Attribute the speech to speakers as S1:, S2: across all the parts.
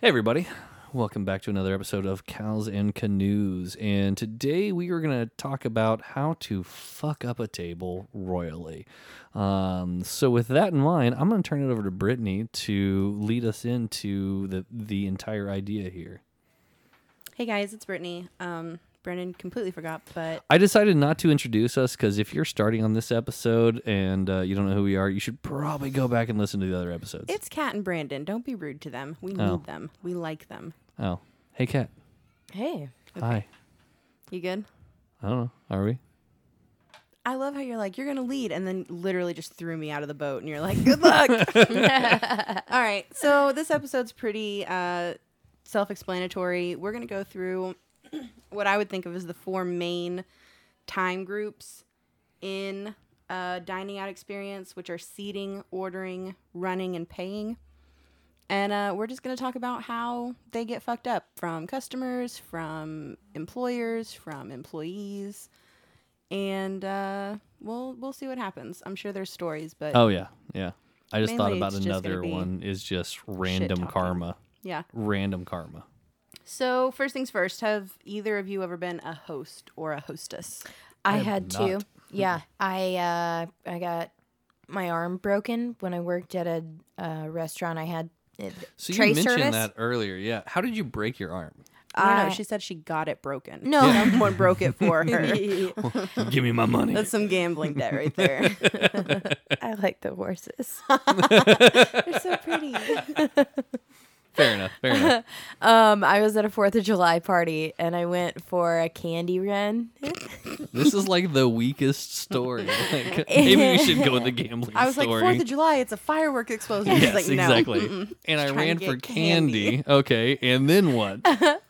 S1: Hey, everybody. Welcome back to another episode of Cows and Canoes. And today we are going to talk about how to fuck up a table royally. Um, so, with that in mind, I'm going to turn it over to Brittany to lead us into the, the entire idea here.
S2: Hey guys, it's Brittany. Um, Brennan completely forgot, but
S1: I decided not to introduce us because if you're starting on this episode and uh, you don't know who we are, you should probably go back and listen to the other episodes.
S2: it's Kat and Brandon. Don't be rude to them. We
S1: Oh.
S2: need them. We like them.
S1: oh, hey, Kat.
S2: Hey,
S1: Hi.
S2: you good?
S1: I don't know. Are we?
S2: I love how you're like you're gonna lead, and then literally just threw me out of the boat, and you're like, "Good luck." All right, so this episode's pretty uh, self-explanatory. We're gonna go through what I would think of as the four main time groups in a dining out experience, which are seating, ordering, running, and paying. And uh, we're just going to talk about how they get fucked up from customers, from employers, from employees, and uh, we'll we'll see what happens. I'm sure there's stories, but
S1: Oh yeah, yeah. I just thought
S2: Mainly
S1: about
S2: it's just gonna
S1: another
S2: be
S1: one is just random
S2: talking.
S1: karma.
S2: yeah.
S1: Random karma.
S2: So first things first, have either of you ever been a host or a hostess?
S1: I
S3: I
S1: have
S3: had
S1: not.
S3: two. Yeah, I uh, I got my arm broken when I worked at a uh, restaurant. I had it,
S1: So
S3: tray
S1: you mentioned
S3: service.
S1: that earlier, yeah. How did you break your arm?
S2: I don't know.
S3: I-
S2: She said she got it broken.
S3: No. Yeah.
S2: someone broke it for her.
S1: Give me my money.
S2: That's some gambling debt right there.
S3: I like the horses.
S2: They're so pretty.
S1: fair enough. Fair enough.
S3: um, I was at a Fourth of July party and I went for a candy run.
S1: this is like the weakest story. Like, maybe we should go with the gambling
S2: I was like,
S1: story.
S2: Fourth of July, it's a firework explosion. She's
S1: yes,
S2: like, no.
S1: exactly. And I
S2: trying
S1: ran
S2: to
S1: for
S2: get
S1: candy. Okay, and then what?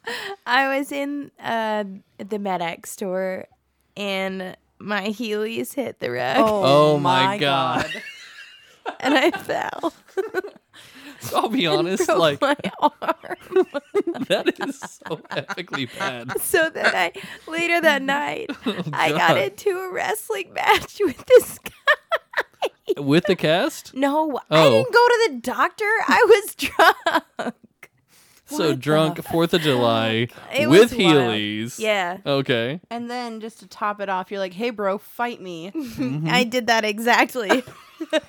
S3: I was in uh, the Medac store and my Heelys hit the rug
S1: Oh my God.
S3: and I fell.
S1: So I'll be honest,
S3: broke
S1: like
S3: my arm.
S1: that is so epically bad.
S3: so then I later that night I
S1: Oh, God.
S3: got into a wrestling match with this guy.
S1: With the cast,
S3: No, I
S1: Oh.
S3: didn't go to the doctor. I was drunk.
S1: so drunk Fourth of July
S3: It
S1: with
S3: was wild.
S1: Heelys.
S3: Yeah,
S1: Okay.
S2: And then just to top it off, you're like, hey, bro, fight me.
S3: I did that exactly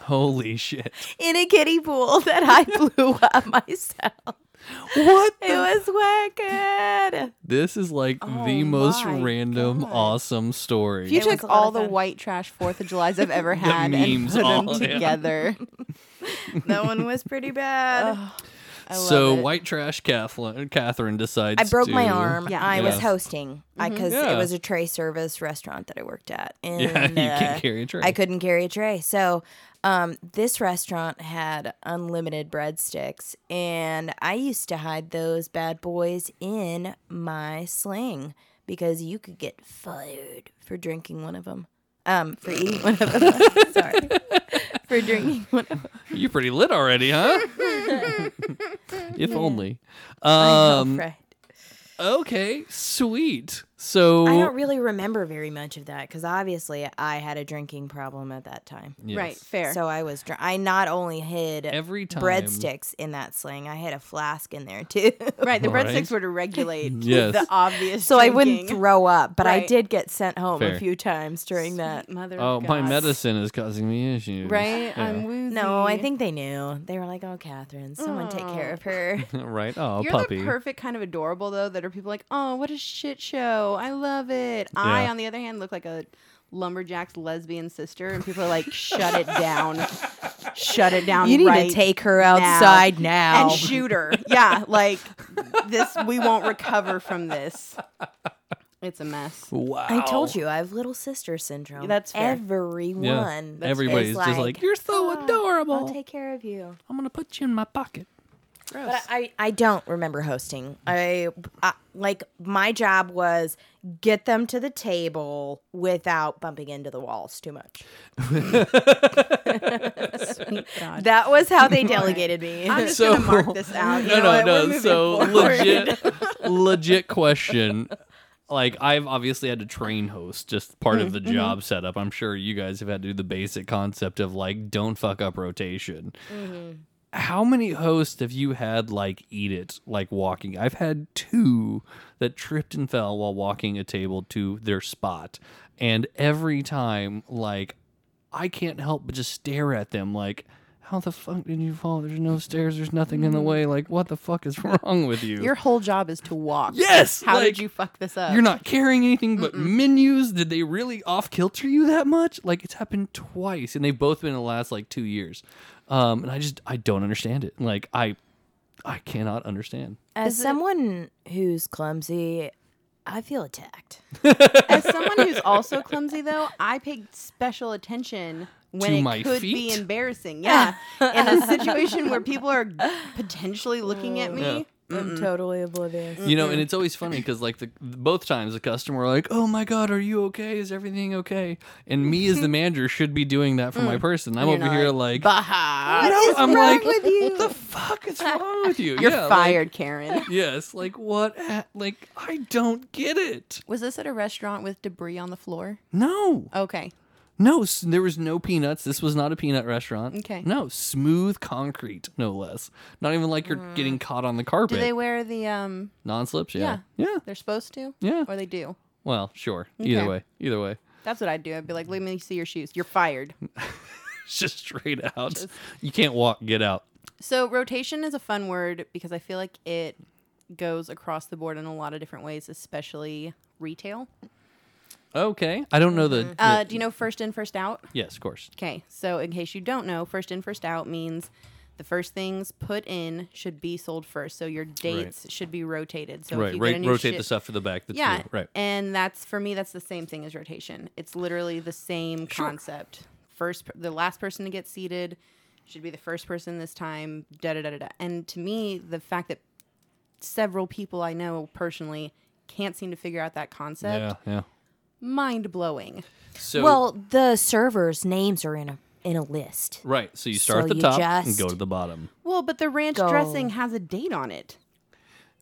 S1: Holy shit.
S3: in a kiddie pool that I blew up myself.
S1: What?
S3: It was wicked.
S1: This is like the
S2: Oh
S1: most
S2: my
S1: random,
S2: God.
S1: awesome story.
S2: If you
S3: It was
S2: took
S3: a lot
S2: all
S3: of
S2: the
S3: fun.
S2: white trash Fourth of Julys I've ever had and
S1: memes
S2: put
S1: all,
S2: them
S1: yeah.
S2: together,
S3: That one was pretty bad.
S2: Ugh, I love
S1: so
S2: it.
S1: white trash Kathleen, Catherine decides.
S3: I broke my
S1: to-
S3: arm.
S2: Yeah.
S3: I was
S1: Yeah.
S3: hosting because
S1: Yeah.
S3: it was a tray service restaurant that I worked at. And,
S1: Yeah, you
S3: uh,
S1: can't carry a tray.
S3: I couldn't carry a tray. So um, this restaurant had unlimited breadsticks, and I used to hide those bad boys in my sling because you could get fired for drinking one of them. Um, for eating one of them. Sorry. For drinking one of them.
S1: You're pretty lit already, huh? if only.
S3: Um,
S1: Um,
S3: I
S1: okay, sweet. So
S3: don't really remember very much of that because obviously I had a drinking problem at that time.
S1: yes.
S2: Right, fair.
S3: So I was dr- I not only hid
S1: every time
S3: breadsticks in that sling, I hid a flask in there too.
S2: right, the
S1: Right.
S2: breadsticks were to regulate
S1: Yes.
S2: the obvious.
S3: so I wouldn't
S2: drinking.
S3: throw up. But I
S2: Right.
S3: did get sent home
S1: Fair.
S3: a few times during that.
S2: Mother
S1: Oh,
S2: of
S1: my
S2: God.
S1: medicine is causing me issues.
S2: Right? I'm
S1: Yeah.
S2: woozy.
S3: No, I think they knew. They were like, "Oh, Catherine, someone take care of her."
S1: right. Oh,
S2: You're
S1: puppy.
S2: the perfect kind of adorable though. That are people like, oh, what a shit show! I love it. I,
S1: Yeah.
S2: on the other hand, look like a lumberjack's lesbian sister, and people are like, shut it down, shut it down.
S3: You need
S2: right
S3: to take her outside now.
S2: and shoot her. Yeah, like this. We won't recover from this. It's a mess.
S1: wow.
S3: I told you I have little sister syndrome.
S2: That's fair.
S3: everyone.
S1: Yeah. Everybody's
S3: is
S1: just like, you're so
S3: "Oh,
S1: adorable.
S3: I'll take care of you.
S1: I'm gonna put you in my pocket.
S3: But I, I don't remember hosting. I, I like my job was get them to the table without bumping into the walls too much.
S2: Sweet God.
S3: That was how they delegated me.
S2: I'm just
S1: So-
S2: gonna mark this out. You
S1: no,
S2: know
S1: no,
S2: what? We're
S1: no.
S2: moving
S1: So
S2: forward.
S1: legit, legit question. Like I've obviously had to train host, just part of the
S2: Mm-hmm,
S1: job setup. I'm sure you guys have had to do the basic concept of like don't fuck up rotation. how many hosts have you had like eat it like walking? I've had two that tripped and fell while walking a table to their spot. And every time, like, I can't help but just stare at them like, how the fuck did you fall? There's no stairs, there's nothing in the way. Like, what the fuck is wrong with you?
S2: Your whole job is to walk.
S1: Yes,
S2: How
S1: like,
S2: did you fuck this up?
S1: You're not carrying anything but menus. Did they really off kilter you that much? Like it's happened twice, and they've both been in the last like two years. Um, and I just I don't understand it. Like I, I cannot understand.
S3: As someone who's clumsy, I feel attacked.
S2: As someone who's also clumsy, though, I paid special attention when
S1: To
S2: it
S1: my
S2: could be
S1: feet?
S2: embarrassing. Yeah, in a situation where people are potentially looking at me.
S3: I'm totally oblivious.
S1: You know, and it's always funny because like the both times the customer were like, "Oh my god, are you okay? Is everything okay?" And me as the manager should be doing that for my person. I'm
S2: You're
S1: over
S2: not
S1: here like,
S2: Baha.
S1: no,
S3: is
S1: I'm
S3: wrong
S1: like,
S3: with you?"
S1: what the fuck is wrong with you?
S2: You're
S1: Yeah, like-
S2: fired, Karen.
S1: yes, like what? ha- Like I don't get it.
S2: Was this at a restaurant with debris on the floor?
S1: No.
S2: Okay.
S1: No, s- there was no peanuts. This was not a peanut restaurant.
S2: Okay.
S1: No, smooth concrete, no less. Not even like you're getting caught on the
S2: Mm. Do
S1: carpet.
S2: they wear the um?
S1: Non-slips, yeah. Yeah.
S2: They're supposed to.
S1: Yeah.
S2: Or they do.
S1: Well, sure. Either
S2: Okay.
S1: way. Either way.
S2: That's what I'd do. I'd be like, let me see your shoes. You're fired.
S1: It's just straight out. You can't walk, get out.
S2: So rotation is a fun word because I feel like it goes across the board in a lot of different ways, especially retail.
S1: Okay. I don't know the
S2: Uh,
S1: the-
S2: do you know first in, first out?
S1: Yes, of course.
S2: Okay, so in case you don't know, first in, first out means the first things put in should be sold first. So your dates should be rotated. So if
S1: right.
S2: you
S1: Right.
S2: get a new
S1: Rotate
S2: shi-
S1: the stuff to the back that's
S2: Yeah,
S1: new. Right.
S2: And that's for me. That's the same thing as rotation. It's literally the same concept. First, the last person to get seated should be the first person this time. Da da da da da. And to me, the fact that several people I know personally can't seem to figure out that concept,
S1: Yeah, yeah.
S2: mind blowing.
S1: So
S3: well, the servers' names are in a in a list.
S1: right, so you start
S3: so
S1: at the
S3: you
S1: top and go
S3: just-
S1: to the bottom.
S2: Well, but the ranch
S3: Go.
S2: dressing has a date on it.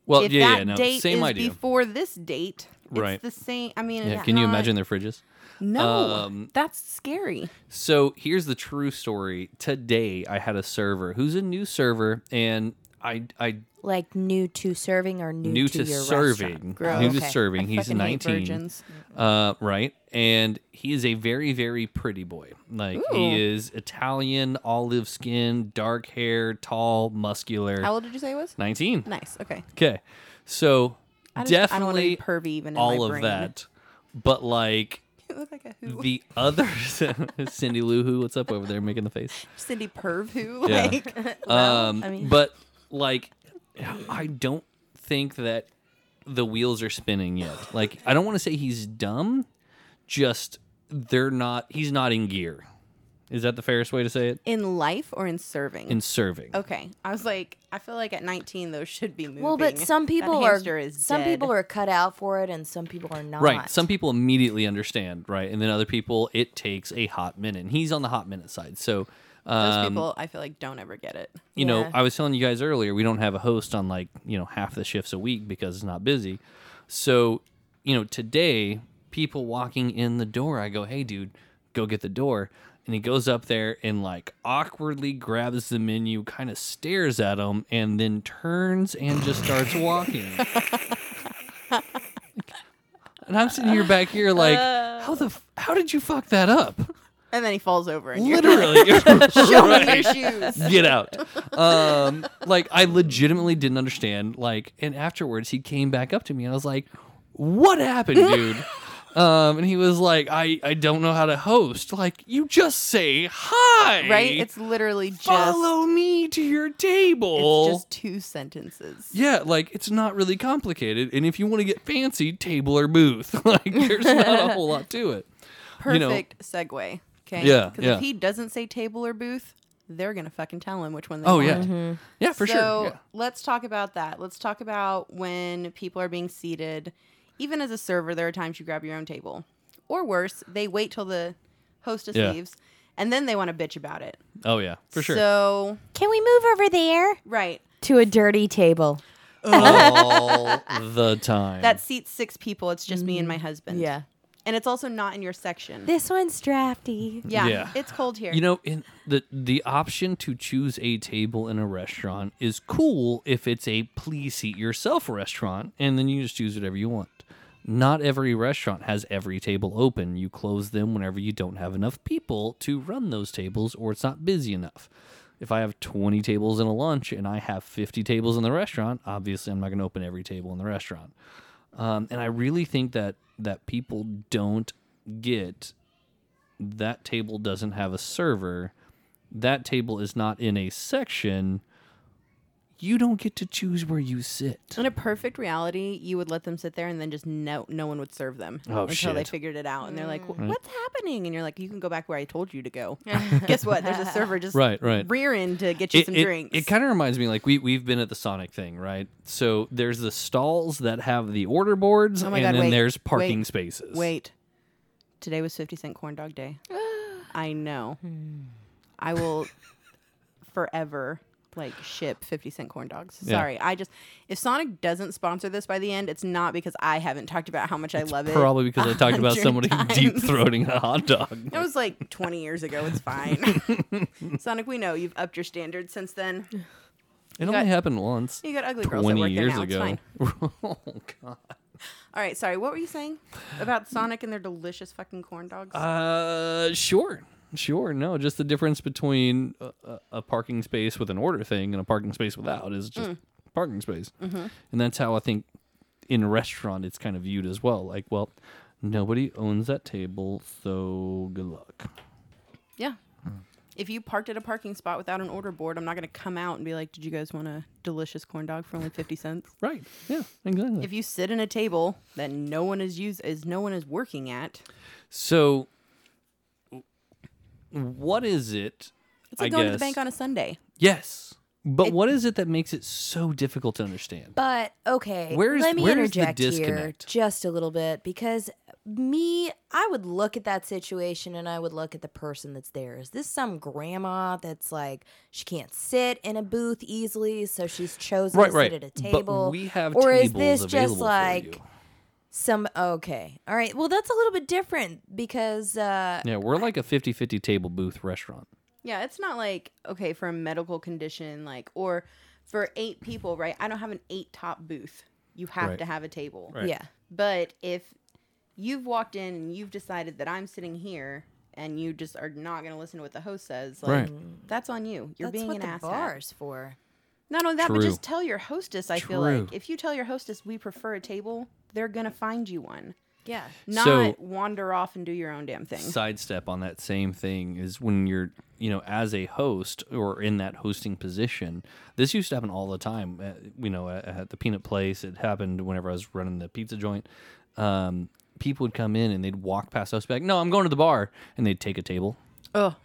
S1: Well,
S2: if
S1: Oh, yeah,
S2: that
S1: yeah, no.
S2: date
S1: Same
S2: is
S1: idea.
S2: before this date, it's
S1: Right.
S2: the same. I mean,
S1: yeah,
S2: it's
S1: can you
S2: not-
S1: imagine their fridges?
S2: No,
S1: um,
S2: that's scary.
S1: So here's the true story. Today I had a server who's a new server, and I I
S3: Like new to serving or new,
S1: new
S3: to,
S1: to
S3: your
S1: serving,
S3: restaurant?
S1: new
S3: Oh,
S1: to
S3: okay.
S1: serving.
S2: I
S1: He's
S2: fucking hate
S1: 19,
S2: virgins.
S1: uh, right? And he is a very very pretty boy. Like he is Italian, olive skin, dark hair, tall, muscular.
S2: How old did you say he was?
S1: 19.
S2: Nice. Okay.
S1: Okay, so
S2: I just, I don't want to
S1: definitely
S2: be pervy even in
S1: all
S2: my
S1: of
S2: brain.
S1: that, but like.
S2: You look like a who?
S1: The other Cindy Lou Who, what's up over there making the face?
S2: Cindy Perv who?
S1: Yeah.
S2: Like,
S1: Um,
S2: I mean-
S1: but like, I don't think that the wheels are spinning yet. Like, I don't want to say he's dumb, just they're not. He's not in gear. Is that the fairest way to say it?
S2: in life or in serving?
S1: In serving.
S2: okay. I was like, I feel like at 19 those should be moving.
S3: Well, but some
S2: That
S3: people
S2: hamster
S3: are
S2: is
S3: some
S2: dead.
S3: people are cut out for it, and some people are not.
S1: Right. Some people immediately understand, right, and then other people it takes a hot minute. And he's on the hot minute side, so.
S2: Those
S1: Um,
S2: people I feel like don't ever get it.
S1: you know,
S3: Yeah.
S1: I was telling you guys earlier, we don't have a host on like, you know, half the shifts a week because it's not busy. So, you know, today, people walking in the door, I go, hey, dude, go get the door. And he goes up there and like awkwardly grabs the menu, kind of stares at him, and then turns and just starts walking. and I'm sitting here back here like,
S2: Uh.
S1: how the, f- how did you fuck that up?
S2: And then he falls over and you're
S1: Literally.
S2: showing your shoes.
S1: get out. Um, like I legitimately didn't understand. Like, and afterwards he came back up to me and I was like, "What happened, dude?" um, and he was like, "I I don't know how to host. Like, you just say hi,
S2: Right? It's literally just
S1: follow me to your table.
S2: it's just two sentences.
S1: yeah, like it's not really complicated. And if you want to get fancy, table or booth. like, there's not a whole lot to it. you know-
S2: Perfect segue. Okay.
S1: Yeah,
S2: Because
S1: yeah.
S2: if he doesn't say table or booth, they're gonna fucking tell him which one they
S1: Oh
S2: want.
S1: yeah, yeah for
S2: Mm-hmm.
S1: sure.
S2: so
S1: Yeah.
S2: let's talk about that. Let's talk about when people are being seated. Even as a server, there are times you grab your own table, or worse, they wait till the hostess
S1: Yeah.
S2: leaves, and then they want to bitch about it.
S1: Oh yeah, for sure.
S2: So
S3: Can we move over there
S2: right,
S3: to a dirty table?
S1: All the time. Mm.
S2: that seats six people. It's just me and my husband. and it's also not in your section.
S3: This one's drafty.
S2: yeah,
S1: Yeah.
S2: it's cold here.
S1: You know, in the the option to choose a table in a restaurant is cool if it's a please seat yourself restaurant, and then you just choose whatever you want. Not every restaurant has every table open. You close them whenever you don't have enough people to run those tables, or it's not busy enough. If I have 20 tables in a lunch and I have 50 tables in the restaurant, obviously I'm not going to open every table in the restaurant. Um, and I really think that that people don't get that table doesn't have a server, that table is not in a section, you don't get to choose where you sit.
S2: in a perfect reality, you would let them sit there, and then just no, no one would serve them
S1: Oh,
S2: until they
S1: shit. Mm.
S2: figured it out. And they're like, "Wh- "What's happening?" And you're like, "You can go back where I told you to go." Guess what? There's a server just
S1: Right, right.
S2: rearing to get you some
S1: it,
S2: drinks.
S1: It kind of reminds me like we we've been at the Sonic thing, right? So there's the stalls that have the order boards,
S2: Oh my
S1: and
S2: God,
S1: then
S2: wait,
S1: there's parking
S2: wait,
S1: spaces.
S2: Wait. Today was 50 cent corn dog day. I know. I will forever like ship 50 cent corn dogs.
S1: Yeah.
S2: Sorry. I just if Sonic doesn't sponsor this by the end, it's not because I haven't talked about how much I love it.
S1: Probably because I talked about
S2: 100
S1: somebody
S2: times.
S1: deep throating a hot dog.
S2: That was like 20 years ago. It's fine. Sonic, we know you've upped your standards since then.
S1: It only
S2: got-
S1: happened once.
S2: You got ugly girls that
S1: 20
S2: work
S1: years
S2: there now. It's
S1: ago.
S2: fine.
S1: oh, God.
S2: All right, sorry. What were you saying about Sonic and their delicious fucking corn dogs?
S1: Uh, sure, sure. No, just the difference between a, a, a parking space with an order thing and a parking space without is just parking space, and that's how I think in a restaurant it's kind of viewed as well. Like, well, nobody owns that table, so good luck.
S2: Yeah. If you parked at a parking spot without an order board, I'm not going to come out and be like, "Did you guys want a delicious corn dog for only 50 cents?"
S1: Right? Yeah, exactly.
S2: If you sit in a table that no one is use is no one is working at,
S1: so, what is it?
S2: it's like
S1: I
S2: going
S1: guess.
S2: to the bank on a Sunday.
S1: yes, but what is it that makes it so difficult to understand?
S3: But okay,
S1: Where's-
S3: let me
S1: where's the
S3: interject here
S1: disconnect?
S3: just a little bit because me, I would look at that situation and I would look at the person that's there. Is this some grandma that's like she can't sit in a booth easily, so she's chosen
S1: Right,
S3: to
S1: right.
S3: sit at a
S1: But
S3: table?
S1: we have
S3: or is
S1: tables
S3: this
S1: available
S3: just
S1: for
S3: like
S1: you.
S3: some okay, all right? Well, that's a little bit different because uh,
S1: Yeah, we're like a 50-50 table booth restaurant.
S2: Yeah, it's not like okay for a medical condition like or for eight people, right? I don't have an eight top booth. You have
S1: Right.
S2: to have a table.
S1: Right.
S3: yeah,
S2: But if you've walked in and you've decided that I'm sitting here and you just are not going to listen to what the host says, like that's on you. You're
S3: that's
S2: being
S3: what
S2: an
S3: the
S2: ass.
S3: bar's for.
S2: Not only that, but
S1: True.
S2: just tell your hostess. I feel
S1: True.
S2: like if you tell your hostess we prefer a table, they're gonna find you one.
S3: Yeah,
S2: Not
S1: So-
S2: wander off and do your own damn thing.
S1: sidestep on that same thing is when you're you know as a host or in that hosting position this used to happen all the time uh, you know at, at the peanut place it happened whenever i was running the pizza joint um, people would come in and they'd walk past us be like no i'm going to the bar and they'd take a table oh.
S2: Ugh.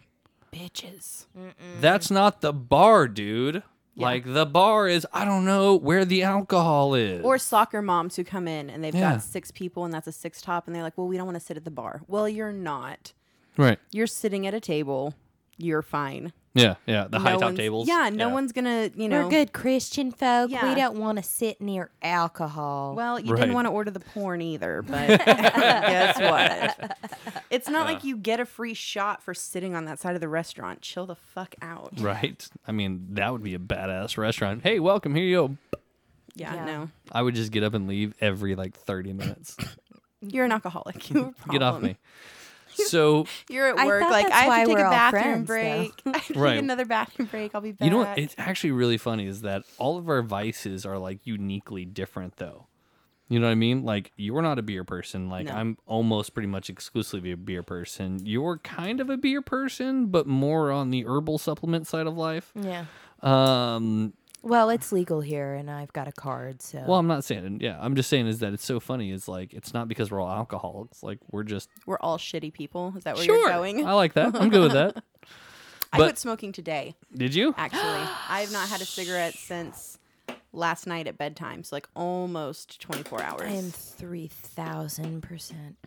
S2: Bitches. Mm.
S1: that's not the bar dude like the bar is i don't know where the alcohol is
S2: Or soccer moms who come in and they've
S1: Yeah.
S2: got six people and that's a six top and they're like, Well, we don't want to sit at the bar. Well, you're not.
S1: right
S2: You're sitting at a table. You're fine.
S1: yeah yeah the high
S2: No
S1: top
S2: one's-
S1: tables
S2: Yeah, no one's gonna, you know.
S3: We're good Christian folk.
S2: Yeah.
S3: We don't want to sit near alcohol.
S2: Well, you
S1: Right.
S2: didn't want to order the porn either, but guess what? It's not like you get a free shot for sitting on that side of the restaurant. Chill the fuck out.
S1: right i mean that would be a badass restaurant hey welcome here you go
S2: Yeah,
S3: Yeah.
S2: no.
S1: I would just get up and leave every like 30 minutes.
S2: You're an alcoholic. You have a
S1: get off
S2: problem.
S1: me. So,
S2: You're at
S3: I
S2: work.
S3: thought
S2: like
S3: that's
S2: I
S3: why
S2: have to take
S3: we're
S2: a
S3: all
S2: bathroom
S3: friends,
S2: break. I have to
S1: Right.
S2: take another bathroom break. I'll be back.
S1: you know what? It's actually really funny is that all of our vices are like uniquely different though. You know what I mean? Like you're not a beer person. Like
S2: No.
S1: I'm almost pretty much exclusively a beer person. You're kind of a beer person, but more on the herbal supplement side of life.
S3: yeah.
S1: Um,
S3: Well, it's legal here, and I've got a card, so
S1: well, I'm not saying, yeah, I'm just saying is that it's so funny. Is like, it's not because we're all alcoholics. Like we're just,
S2: We're all shitty people. Is that where
S1: sure.
S2: you're going?
S3: Uh,
S1: I like that. I'm good with that.
S2: I
S1: but-
S2: quit smoking today.
S1: Did you?
S2: Actually, I have not had a cigarette since last night at bedtime. So like almost 24 hours.
S3: I am three thousand percent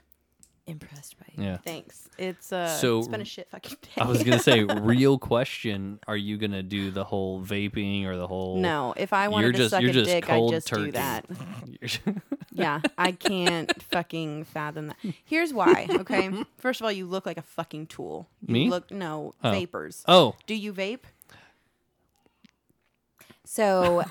S3: impressed by you.
S1: Yeah.
S2: Thanks. It's uh,
S1: So-
S2: it's been a shit fucking day.
S1: I was gonna say, real question: Are you gonna do the whole vaping or the whole?
S2: no, if I
S1: you're
S2: wanted to
S1: just
S2: suck
S1: you're
S2: a
S1: just
S2: dick, I
S1: cold
S2: just
S1: turkey.
S2: do that.
S1: You're-
S2: yeah, I can't fucking fathom that. Here's why. Okay, first of all, you look like a fucking tool. You
S1: Me?
S2: Look no vapors.
S1: Oh,
S2: Do you vape?
S3: So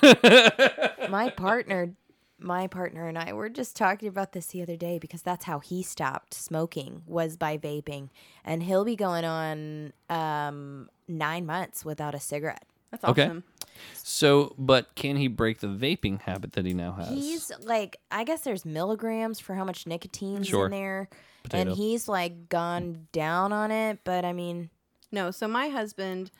S3: my partner my partner and I were just talking about this the other day because that's how he stopped smoking was by vaping. And he'll be going on um nine months without a cigarette.
S2: That's
S1: Okay.
S2: awesome.
S1: so but can he break the vaping habit that he now has?
S3: He's like I guess there's milligrams for how much nicotine's
S1: Sure.
S3: in there.
S1: Potato.
S3: And he's like gone down on it, but I mean
S2: No, so my husband.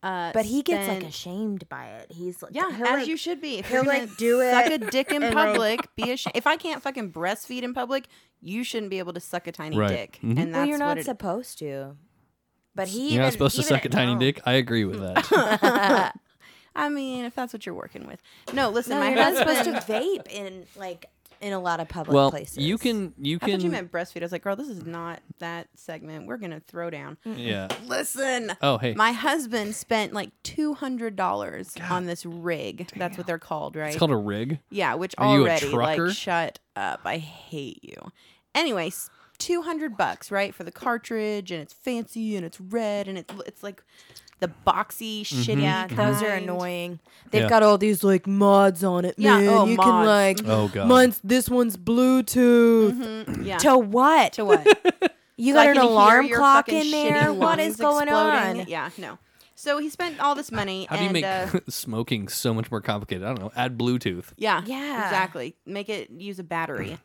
S2: Uh,
S3: but he gets like
S2: spent-
S3: ashamed by it. He's like
S2: Yeah,
S3: he'll,
S2: as
S3: like-
S2: you should be. If
S3: he'll,
S2: you're gonna
S3: like, do
S2: suck
S3: it
S2: a dick in
S3: and, like-
S2: public, be ashamed. If I can't fucking breastfeed in public, you shouldn't be able to suck a tiny
S1: Right.
S2: dick.
S1: Mhm.
S2: And that's
S3: Well you're
S2: what
S3: not
S2: it-
S3: supposed to. But he
S1: You're
S3: even,
S1: not supposed to
S3: even
S1: suck a
S3: at
S1: tiny
S3: home-
S1: dick. I agree with that.
S2: I mean, if that's what you're working with. No, listen,
S3: No,
S2: my
S3: you're not
S2: husband.
S3: supposed to vape in like in a lot of public
S1: well,
S3: places.
S1: you can you
S2: I
S1: can
S2: thought you meant breastfeed. I was like, girl, this is not that segment. We're gonna throw down.
S3: Mm.
S1: yeah.
S2: Listen.
S1: Oh hey,
S2: My husband spent like two hundred dollars on this rig. That's what they're called, right?
S1: it's called a rig.
S2: yeah, which
S1: Are you a
S2: already like
S1: trucker?
S2: shut up. I hate you. Anyway, two hundred bucks, right, for the cartridge, and it's fancy, and it's red, and it's it's like the boxy,
S1: Mm-hmm,
S2: shitty.
S3: yeah, those are
S2: kind.
S3: annoying. They've
S1: Yeah.
S3: got all these like mods on it,
S2: Yeah,
S3: man.
S2: oh,
S3: you can
S2: mods.
S3: like
S1: Oh god.
S3: mine's this one's Bluetooth.
S2: Mm, yeah.
S3: To what?
S2: to what?
S3: You
S2: So I
S3: got an
S2: can hear
S3: alarm
S2: your
S3: clock
S2: fucking
S3: in
S2: shitty
S3: there. What is
S2: lungs
S3: going
S2: exploding.
S3: on?
S2: Yeah, no. So he spent all this money
S1: How do you
S2: and
S1: make
S2: uh,
S1: smoking so much more complicated? I don't know. Add Bluetooth.
S2: yeah,
S3: Yeah.
S2: exactly. Make it use a battery.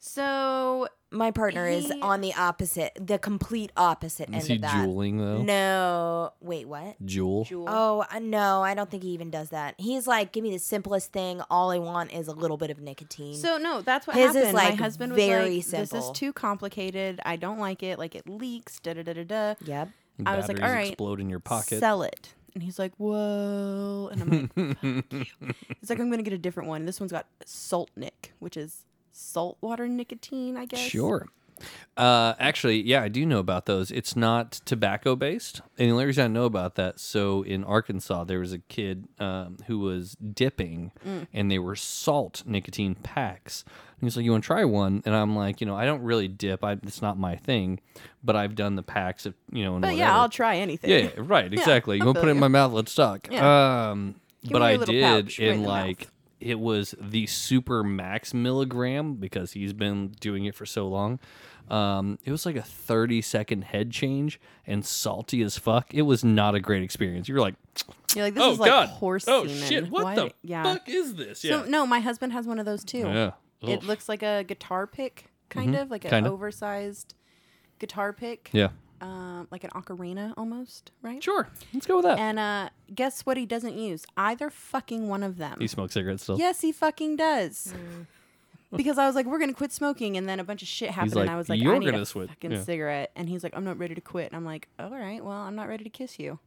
S2: So
S3: My partner is
S2: He-
S3: on the opposite, the complete opposite
S1: Is
S3: end
S1: he
S3: of that.
S1: jeweling though?
S3: No, wait, what?
S1: Jewel.
S2: Jewel,
S3: Oh uh, no, I don't think he even does that. He's like, give me the simplest thing. All I want is a little bit of nicotine.
S2: so no, that's what
S3: His is,
S2: happened. My
S3: like,
S2: husband
S3: very
S2: was like, "This
S3: simple.
S2: is too complicated. I don't like it. Like it leaks. Da da da da da."
S3: yep.
S2: I was like,
S1: Batteries
S2: "All right,
S1: explode in your pocket.
S2: Sell it. And he's like, whoa. And I'm like, fuck you. He's like, I'm going to get a different one. This one's got salt nick, which is saltwater nicotine, I guess.
S1: Sure. Uh, actually, yeah, I do know about those. It's not tobacco based. And the only reason I know about that, so in Arkansas, there was a kid um, who was dipping
S2: Mm.
S1: and they were salt nicotine packs. And he's like, You want to try one? And I'm like, You know, I don't really dip. I, it's not my thing, but I've done the packs of, you know, and
S2: But
S1: whatever.
S2: yeah, I'll try anything.
S1: Yeah, yeah, right, exactly. you want to put it in my mouth, let's talk. Um, but
S2: me
S1: I
S2: your little
S1: did
S2: pouch right in
S1: in
S2: the mouth.
S1: like it was the super max milligram because he's been doing it for so long. Um, it was like a 30 second head change and salty as fuck. It was not a great experience. You were like,
S2: You're like, this
S1: oh
S2: is like
S1: god,
S2: horse
S1: oh
S2: semen.
S1: shit, what
S2: Why
S1: the
S2: d- yeah.
S1: fuck is this? Yeah,
S2: So, no, my husband has one of those too.
S1: yeah.
S2: It
S1: Ugh. Mm-hmm.
S2: looks like a guitar pick, kind of, like an
S1: kinda.
S2: oversized guitar pick,
S1: yeah,
S2: um, like an ocarina almost, right?
S1: sure. Let's go with that.
S2: And uh, guess what he doesn't use? Either fucking one of them.
S1: he smokes cigarettes still.
S2: Yes, he fucking does. Because I was like, we're gonna quit smoking, and then a bunch of shit happened,
S1: like,
S2: and I was like,
S1: "You're
S2: I need
S1: gonna
S2: a
S1: switch."
S2: fucking
S1: Yeah.
S2: cigarette, and he's like, I'm not ready to quit, and I'm like, all right, well, I'm not ready to kiss you.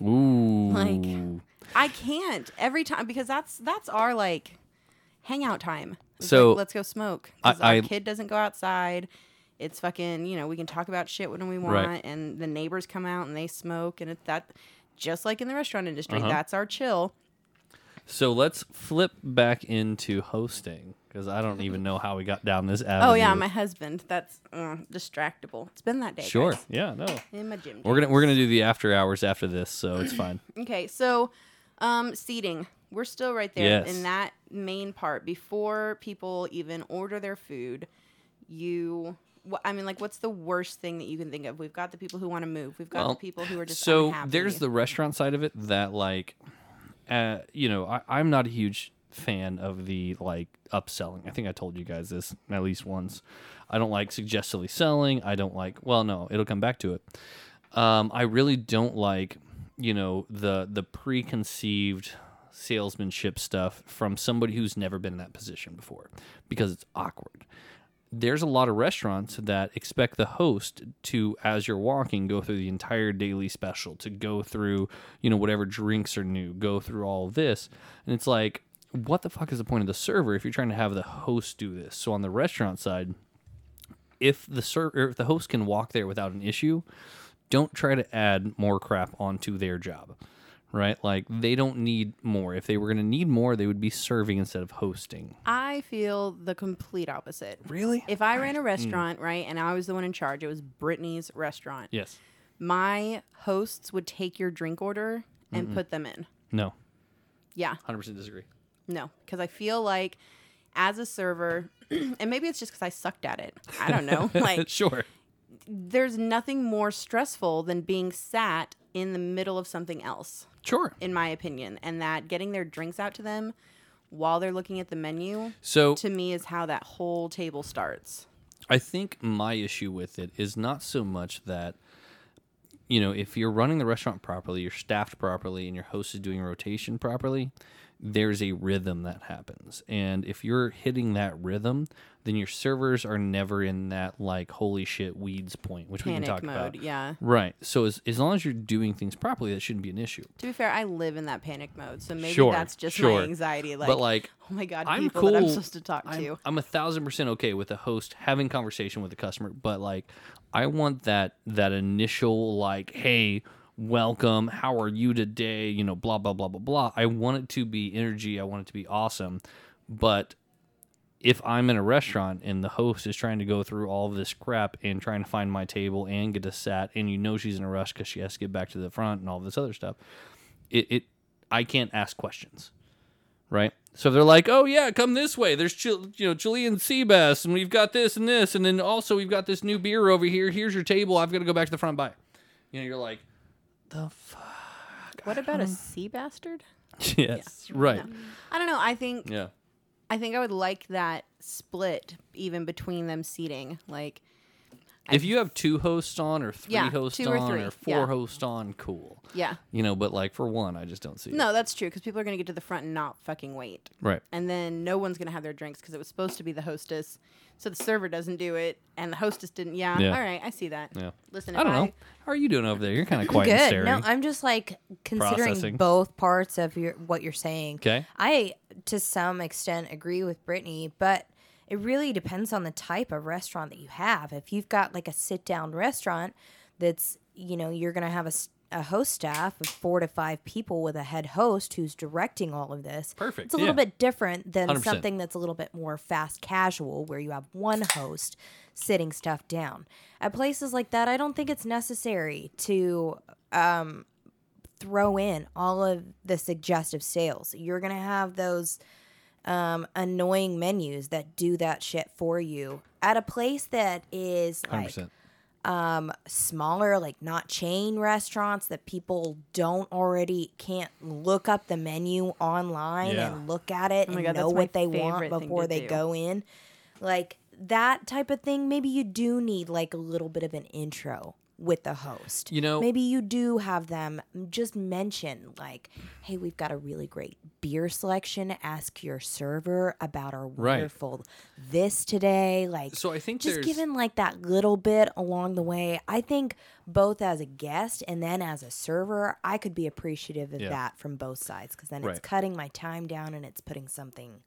S1: Ooh,
S2: Like- I can't every time because that's that's our like hangout time. It's
S1: So,
S2: like, let's go smoke. 'Cause
S1: I-
S2: our
S1: I-
S2: kid doesn't go outside. It's fucking you know we can talk about shit when we want,
S1: Right.
S2: and the neighbors come out and they smoke, and it's that just like in the restaurant industry,
S1: Uh-huh.
S2: that's our chill.
S1: So let's flip back into hosting because I don't even know how we got down this avenue.
S2: Oh yeah, my husband. That's uh, distractible. It's been that day.
S1: sure.
S2: guys.
S1: Yeah, no.
S2: In my gym.
S1: We're gonna we're gonna do the after hours after this, so it's fine.
S2: Okay, so um, seating. We're still right there
S1: Yes.
S2: in that main part before people even order their food. You, wh- I mean, like, what's the worst thing that you can think of? We've got the people who want to move. We've got
S1: Well,
S2: the people who are just
S1: so
S2: unhappy.
S1: there's the restaurant side of it that like, uh, you know, I, I'm not a huge fan of the like upselling. I think I told you guys this at least once. I don't like suggestively selling. I don't like. Well, no, it'll come back to it. um, I really don't like, you know, the the preconceived salesmanship stuff from somebody who's never been in that position before because it's awkward. There's a lot of restaurants that expect the host to, as you're walking, go through the entire daily special, to go through, you know, whatever drinks are new, go through all this. And it's like, what the fuck is the point of the server if you're trying to have the host do this? So on the restaurant side, if the ser- or if the host can walk there without an issue, don't try to add more crap onto their job. Right? Like they don't need more. If they were going to need more, they would be serving instead of hosting.
S2: I I feel the complete opposite.
S1: Really?
S2: If I ran a
S1: Mm.
S2: restaurant, right, and I was the one in charge, it was Brittany's restaurant.
S1: yes.
S2: My hosts would take your drink order and put them in.
S1: No.
S2: Yeah,
S1: 100% disagree.
S2: no, because I feel like as a server, and maybe it's just because I sucked at it. I don't know. Like
S1: sure.
S2: there's nothing more stressful than being sat in the middle of something else,
S1: Sure.
S2: in my opinion, and that getting their drinks out to them while they're looking at the menu
S1: So
S2: to me is how that whole table starts.
S1: I think my issue with it is not so much that you know, if you're running the restaurant properly, you're staffed properly, and your host is doing rotation properly, there's a rhythm that happens. And if you're hitting that rhythm, then your servers are never in that like holy shit weeds point, which we
S2: Panic
S1: can talk
S2: mode,
S1: about.
S2: yeah.
S1: Right. So as, as long as you're doing things properly, that shouldn't be an issue.
S2: To be fair, I live in that panic mode, so maybe
S1: Sure,
S2: that's just
S1: sure.
S2: my anxiety. Like,
S1: but like
S2: oh my god,
S1: I'm
S2: people
S1: cool.
S2: that I'm supposed to talk
S1: I'm-
S2: to.
S1: I'm a thousand percent okay with the host having conversation with the customer, but like, I want that that initial like, hey, welcome, how are you today? You know, blah blah blah blah blah. I want it to be energy. I want it to be awesome, but if I'm in a restaurant and the host is trying to go through all of this crap and trying to find my table and get a sat, and you know she's in a rush because she has to get back to the front and all this other stuff, it, it I can't ask questions, right? So they're like, "Oh yeah, come this way. There's Chil- you know Chilean sea bass, and we've got this and this, and then also we've got this new beer over here. Here's your table. I've got to go back to the front by." You know, you're like, "The fuck."
S2: What about a sea bastard?
S1: Yes, right.
S2: I don't know. I think
S1: Yeah.
S2: I think I would like that split even between them seating. Like,
S1: If you have two hosts on, or three
S2: Yeah,
S1: hosts
S2: two or
S1: on,
S2: three,
S1: or four
S2: yeah.
S1: hosts on, cool.
S2: yeah,
S1: You know, but like for one, I just don't see it.
S2: no, that's true because people are gonna get to the front and not fucking wait,
S1: Right.
S2: and then no one's gonna have their drinks because it was supposed to be the hostess, so the server doesn't do it, and the hostess didn't. Yeah,
S1: Yeah.
S2: all right, I see that.
S1: Yeah.
S2: Listen, if
S1: I don't know. How are you doing over there? You're kind of quiet and
S3: Good.
S1: staring.
S3: No, I'm just like considering
S1: Processing.
S3: both parts of your what you're saying.
S1: 'Kay.
S3: I to some extent agree with Brittany, but it really depends on the type of restaurant that you have. If you've got like a sit down restaurant that's, you know, you're going to have a, s- a host staff of four to five people with a head host who's directing all of this.
S1: Perfect,
S3: It's a little
S1: yeah.
S3: bit different than
S1: 100%.
S3: something that's a little bit more fast casual where you have one host sitting stuff down. At places like that, I don't think it's necessary to throw in all of the suggestive sales. You're going to have those um, annoying menus that do that shit for you at a place that is like
S1: 100%.
S3: smaller, like not chain restaurants that people don't already can't look up the menu online
S1: Yeah.
S3: and look at it and
S2: God,
S3: know
S2: that's Oh my
S3: what they want
S2: favorite thing
S3: before
S2: to
S3: they
S2: do.
S3: go in. Like that type of thing, maybe you do need like a little bit of an intro with the host.
S1: You know-
S3: maybe you do have them mm, just mention like, "Hey, we've got a really great beer selection. Ask your server about our wonderful this today." Like,
S1: So I think
S3: just
S1: there's-
S3: given like that little bit along the way, I think both as a guest and then as a server, I could be appreciative of
S1: Yeah.
S3: that from both sides because then it's
S1: Right.
S3: cutting my time down and it's putting something,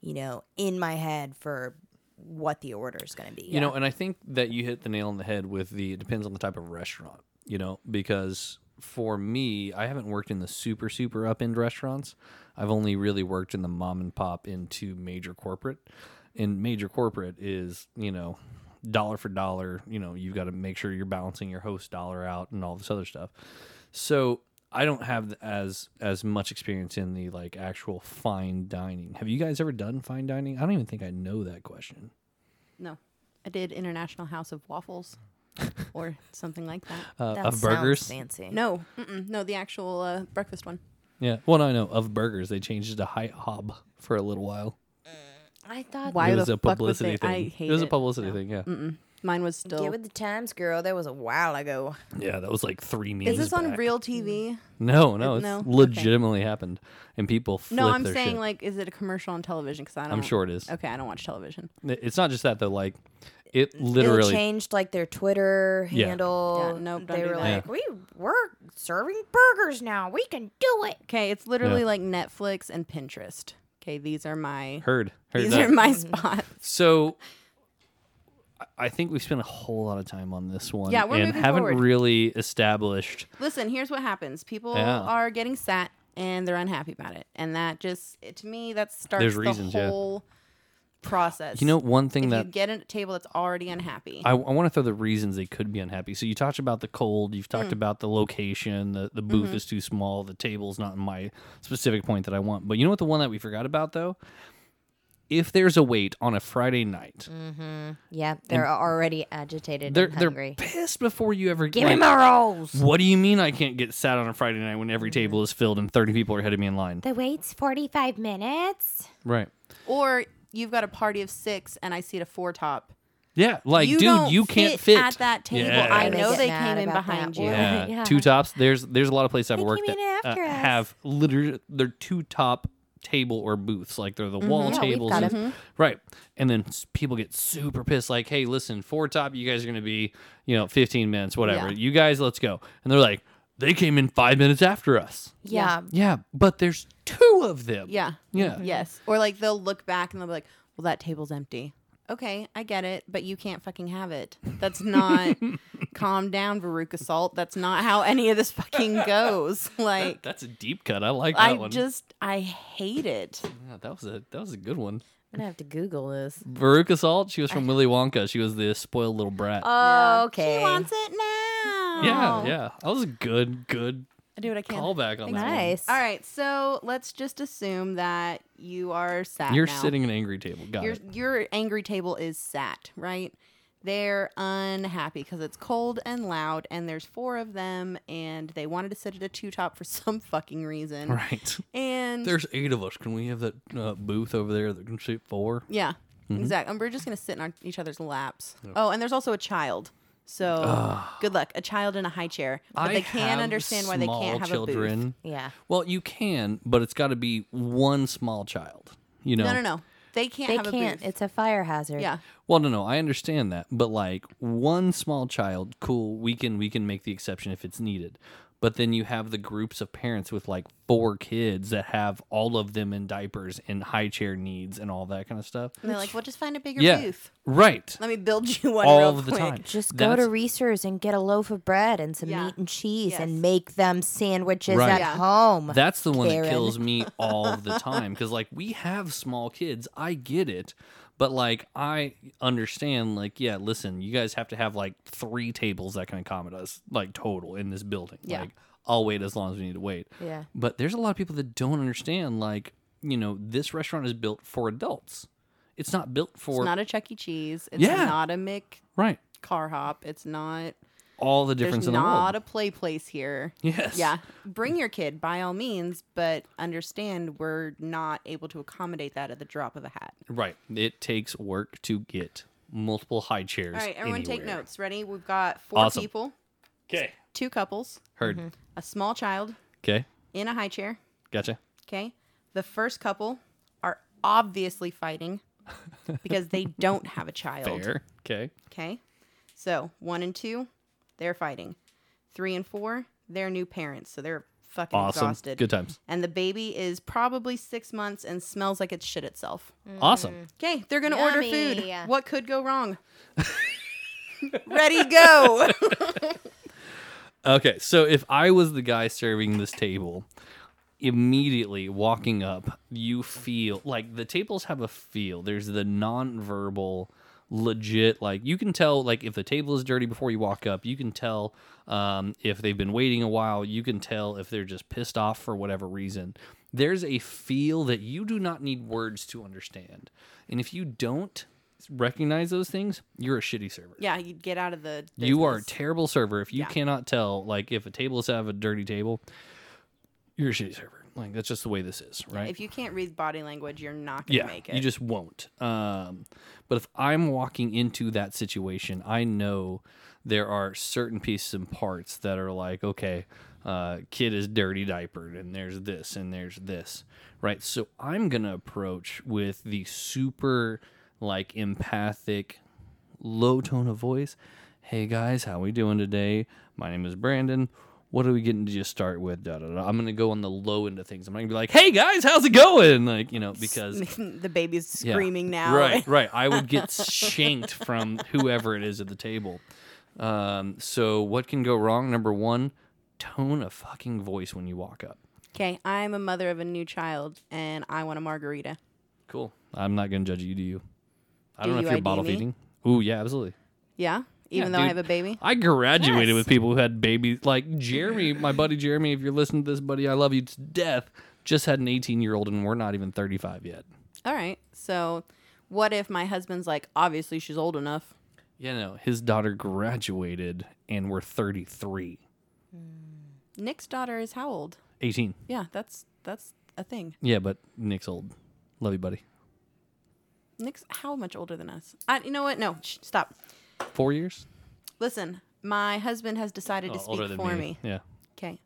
S3: you know, in my head for what the order is going to be.
S1: You know, and I think that you hit the nail on the head with the it depends on the type of restaurant, you know, because for me, I haven't worked in the super super up end restaurants. I've only really worked in the mom and pop into major corporate. And major corporate is, you know, dollar for dollar, you know, you've got to make sure you're balancing your host dollar out and all this other stuff. So, I don't have as as much experience in the like actual fine dining. Have you guys ever done fine dining? I don't even think I know that question.
S2: No, I did International House of Waffles or something like that.
S1: Uh,
S3: That
S1: of
S3: sounds
S1: burgers,
S3: fancy.
S2: No, mm-mm, no, the actual uh, breakfast one.
S1: Yeah. Well, no, I know of burgers. They changed it to High Hob for a little while.
S3: I thought
S2: Why
S1: it was
S2: the
S1: a
S2: fuck would
S1: publicity
S2: they-
S1: thing.
S2: I hate
S1: it was a
S2: it.
S1: publicity thing. Yeah.
S2: Mine was still.
S3: get with the times, girl. That was a while ago.
S1: Yeah, that was like three meals.
S2: is this on
S1: back.
S2: real TV?
S1: No, no, it's
S2: No? Okay.
S1: legitimately happened, and people. Flip
S2: No, I'm
S1: their
S2: saying
S1: shit.
S2: like, is it a commercial on television? Because I don't.
S1: I'm sure it is.
S2: Okay, I don't watch television.
S1: It's not just that though. Like, it
S3: They
S1: literally.
S3: changed like their Twitter
S1: Yeah.
S3: handle.
S2: Yeah, nope, don't
S3: they
S2: do
S3: were
S2: that.
S3: like, we we're serving burgers now. We can do it.
S2: Okay, it's literally like Netflix and Pinterest. Okay, these are my
S1: Heard. Heard
S2: these
S1: that.
S2: are my
S4: Mm-hmm.
S2: spots.
S1: So I- I think we spent a whole lot of time on this one.
S2: Yeah, we're
S1: and
S2: moving
S1: haven't
S2: forward.
S1: really established.
S2: Listen, here's what happens: people
S1: Yeah.
S2: are getting sat and they're unhappy about it, and that just it- to me that starts
S1: There's
S2: the
S1: reasons, yeah.
S2: whole process.
S1: You know, one thing
S2: if
S1: that
S2: you get a table that's already unhappy,
S1: I, want to throw the reasons they could be unhappy. So you talked about the cold. You've
S2: Mm.
S1: talked about the location. The, the booth
S2: Mm-hmm.
S1: is too small. The table's not in my specific point that I want. But you know what? The one that we forgot about though, if there's a wait on a Friday
S2: Mm,
S1: night,
S4: Yeah, they're already agitated
S1: they're
S4: and
S1: they're
S4: hungry.
S1: pissed before you ever
S4: Give
S1: like,
S4: me my rolls.
S1: What do you mean I can't get sat on a Friday night when
S2: Mm-hmm.
S1: every table is filled and thirty people are ahead of me in line?
S4: The wait's forty-five minutes.
S1: Right.
S2: or you've got a party of six and I see it a four top.
S1: Yeah. Like,
S2: you
S1: dude,
S2: don't
S1: you can't fit
S2: at that table.
S1: Yeah.
S2: I
S1: Yeah,
S4: they
S2: know
S4: get
S2: they
S4: mad
S2: came in
S4: about
S2: behind
S4: that.
S2: you.
S4: Yeah.
S1: Yeah, two tops. There's there's a lot of places I've
S4: They
S1: worked
S4: came
S1: that
S4: in after
S1: uh,
S4: us.
S1: have literally they're two top table or booths like they're the wall
S4: Mm-hmm. Yeah, we've
S1: tables,
S4: got Mm-hmm.
S1: and- right? And then s- people get super pissed, like, "Hey, listen, four top, you guys are gonna be, you know, 15 minutes, whatever.
S2: Yeah.
S1: You guys, let's go." And they're like, "They came in five minutes after us."
S3: Yeah.
S1: Yeah, but there's two of them.
S2: Yeah.
S1: yeah,
S2: Yes. Or like they'll look back and they'll be like, well, that table's empty. Okay, I get it, but you can't fucking have it. That's not calm down, Veruca Salt. That's not how any of this fucking goes. Like,
S1: That's a deep cut. I like that
S2: I
S1: one.
S2: just, I hate it.
S1: Yeah, that was a that was a good one.
S3: I'm gonna have to Google this.
S1: Veruca Salt. She was from Willy Wonka. She was the spoiled little brat.
S4: Oh, okay.
S2: She wants it now.
S1: yeah, yeah. That was a good good
S2: I do what I can.
S1: callback on that. one.
S4: nice.
S2: All right, so let's just assume that you are sat.
S1: You're
S2: now.
S1: sitting at an angry table. Got
S2: Your
S1: it.
S2: your angry table is sat, right? They're unhappy because it's cold and loud, and there's four of them, and they wanted to sit at a two top for some fucking reason.
S1: Right.
S2: And
S1: There's eight of us. Can we have that uh, booth over there that can seat four?
S2: yeah,
S1: Mm-hmm.
S2: exactly. And we're just gonna sit in our, each other's laps. Oh, and there's also a child. So good luck, a child in a high chair. But they can
S1: have
S2: understand why they
S1: small
S2: can't have a booth.
S1: children.
S3: Yeah.
S1: Well, you can, but it's got to be one small child. You know.
S2: No, no, no. They can't
S3: They
S2: have a
S3: can't.
S2: booth.
S3: It's a fire hazard.
S2: yeah,
S1: Well, no, no. I understand that, but like one small child, cool. We can we can make the exception if it's needed. But then you have the groups of parents with like four kids that have all of them in diapers and high chair needs and all that kind of stuff.
S2: and they're like, "Well, just find a bigger
S1: yeah.
S2: booth.
S1: Right.
S2: Let me build you one
S1: all
S2: real
S1: of the
S2: quick."
S1: time.
S3: Just go
S1: That's-
S3: to Reese's and get a loaf of bread and some
S2: Yeah.
S3: meat and cheese
S2: Yes.
S3: and make them sandwiches
S1: Right.
S3: at
S2: Yeah.
S3: home.
S1: That's the one that
S3: Karen.
S1: kills me all the time because like we have small kids, I get it, but like I understand like yeah, listen, you guys have to have like three tables that can accommodate us like total in this building.
S2: Yeah.
S1: Like I'll wait as long as we need to wait.
S3: Yeah.
S1: But there's a lot of people that don't understand like, you know, this restaurant is built for adults. It's not built for
S2: It's not a Chuck E. Cheese. It's
S1: Yeah.
S2: not a Mick
S1: right.
S2: Car Hop. It's not.
S1: All the
S2: There's
S1: difference in the world.
S2: not a play place here.
S1: yes.
S2: Yeah, bring your kid by all means, but understand we're not able to accommodate that at the drop of a hat.
S1: Right. It takes work to get multiple high chairs.
S2: All right, everyone, take
S1: anywhere.
S2: notes. Ready? We've got four
S1: Awesome.
S2: people,
S1: Okay.
S2: two couples,
S1: Heard.
S2: a small child
S1: Okay.
S2: in a high chair.
S1: Gotcha.
S2: Okay, the first couple are obviously fighting because they don't have a child.
S1: Fair. Okay.
S2: Okay. So one and two, they're fighting. Three and four, they're new parents. So they're fucking
S1: Awesome.
S2: exhausted.
S1: Good times.
S2: And the baby is probably six months and smells like it shit itself.
S1: Awesome.
S2: Okay, they're gonna order food.
S4: Yummy.
S2: What could go wrong? Ready, go.
S1: Okay. So if I was the guy serving this table, immediately walking up, you feel like the tables have a feel. There's the nonverbal, legit, like you can tell, like if the table is dirty before you walk up, you can tell um, if they've been waiting a while, you can tell if they're just pissed off for whatever reason. There's a feel that you do not need words to understand. And if you don't recognize those things, you're a shitty server.
S2: yeah, you'd get out of the.
S1: You are a
S2: business.
S1: terrible server if you cannot tell, like, if a table is have a dirty table, you're a shitty server. Like, that's just the way this is, right?
S2: if you can't read body language, you're not gonna
S1: yeah,
S2: make it.
S1: you just won't. Um, but if I'm walking into that situation, I know there are certain pieces and parts that are like, okay, uh, kid is dirty diapered, and there's this, and there's this, right? So I'm gonna approach with the super like empathic, low tone of voice. Hey guys, how we doing today? My name is Brandon. What are we getting to just start with? Da, da, da. I'm gonna go on the low end of things. I'm not gonna be like, "Hey guys, how's it going?" Like you know, because
S2: the baby's
S1: yeah.
S2: screaming now.
S1: Right, right. I would get shanked from whoever it is at the table. Um, so what can go wrong? Number one, tone of fucking voice when you walk up.
S2: Okay, I'm a mother of a new child, and I want a margarita.
S1: Cool. I'm not gonna judge you. Do you? I don't know if you're
S2: BUID
S1: bottle
S2: me?
S1: feeding. Ooh, yeah, absolutely.
S2: Yeah. Even
S1: Yeah,
S2: though I
S1: dude.
S2: have a baby.
S1: I graduated
S4: Yes.
S1: with people who had babies. Like Jeremy, my buddy Jeremy, if you're listening to this, buddy, I love you to death. Just had an 18 year old, and we're not even 35 yet.
S2: All right. So, what if my husband's like, obviously she's old enough?
S1: You know, his daughter graduated, and we're 33.
S2: Nick's daughter is how old?
S1: 18.
S2: Yeah, that's that's a thing.
S1: Yeah, but Nick's old. Love you, buddy.
S2: Nick's how much older than us? I, you know what? No, shh, stop.
S1: Four years?
S2: Listen, my husband has decided to
S1: Oh, older
S2: speak
S1: than
S2: for me.
S1: Yeah.
S2: Okay.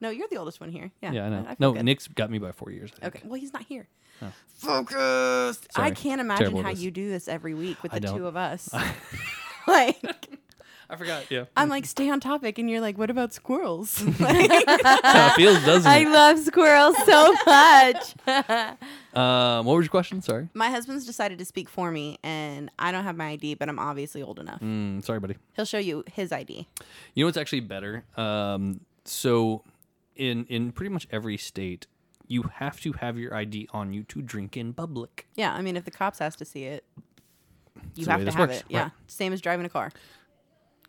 S2: No, you're the oldest one here. Yeah.
S1: Yeah, I know.
S2: feel
S1: no,
S2: good.
S1: Nick's got me by four years. I think.
S2: Okay. Well, he's not here.
S1: Oh.
S2: Focused.
S1: Sorry.
S2: I can't imagine
S1: Terrible
S2: how
S1: at this.
S2: you do this every week with
S1: I
S2: the
S1: don't.
S2: two of us. like,
S1: I forgot. Yeah.
S2: I'm like, stay on topic, and you're like, what about squirrels?
S1: That's how it feels, doesn't
S3: I
S1: it?
S3: love squirrels so much.
S1: um, what was your question? Sorry.
S2: my husband's decided to speak for me, and I don't have my ID, but I'm obviously old enough.
S1: Mm, sorry, buddy.
S2: He'll show you his ID.
S1: You know what's actually better? Um, so, in in pretty much every state, you have to have your ID on you to drink in public.
S2: Yeah, I mean, if the cops has to see it, you
S1: the
S2: have
S1: way
S2: to
S1: this
S2: have
S1: works,
S2: it. Yeah,
S1: right.
S2: same as driving a car.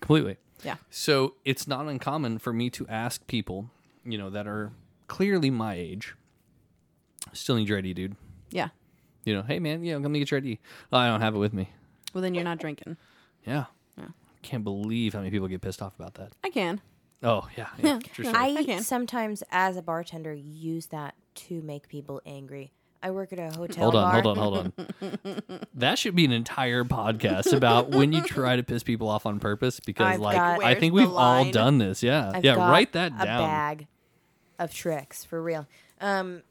S1: Completely.
S2: Yeah.
S1: So it's not uncommon for me to ask people, you know, that are clearly my age, still need your ID, dude.
S2: Yeah.
S1: You know, hey man, you know, come get your ID. Oh, I don't have it with me.
S2: Well, then you're not drinking.
S1: Yeah. Can't believe how many people get pissed off about that.
S2: I can.
S1: Oh yeah, yeah, for sure.
S3: I,
S2: can.
S3: sometimes, as a bartender, use that to make people angry. I work at a hotel
S1: Hold on,
S3: bar.
S1: hold on, hold on. that should be an entire podcast about when you try to piss people off on purpose because
S3: I've
S1: like
S3: got-
S1: I think
S2: Where's
S1: we've
S2: the
S1: all
S2: line?
S1: done this. Yeah.
S3: I've
S1: yeah,
S3: got
S1: write that
S3: A
S1: down.
S3: bag of tricks for real. Um,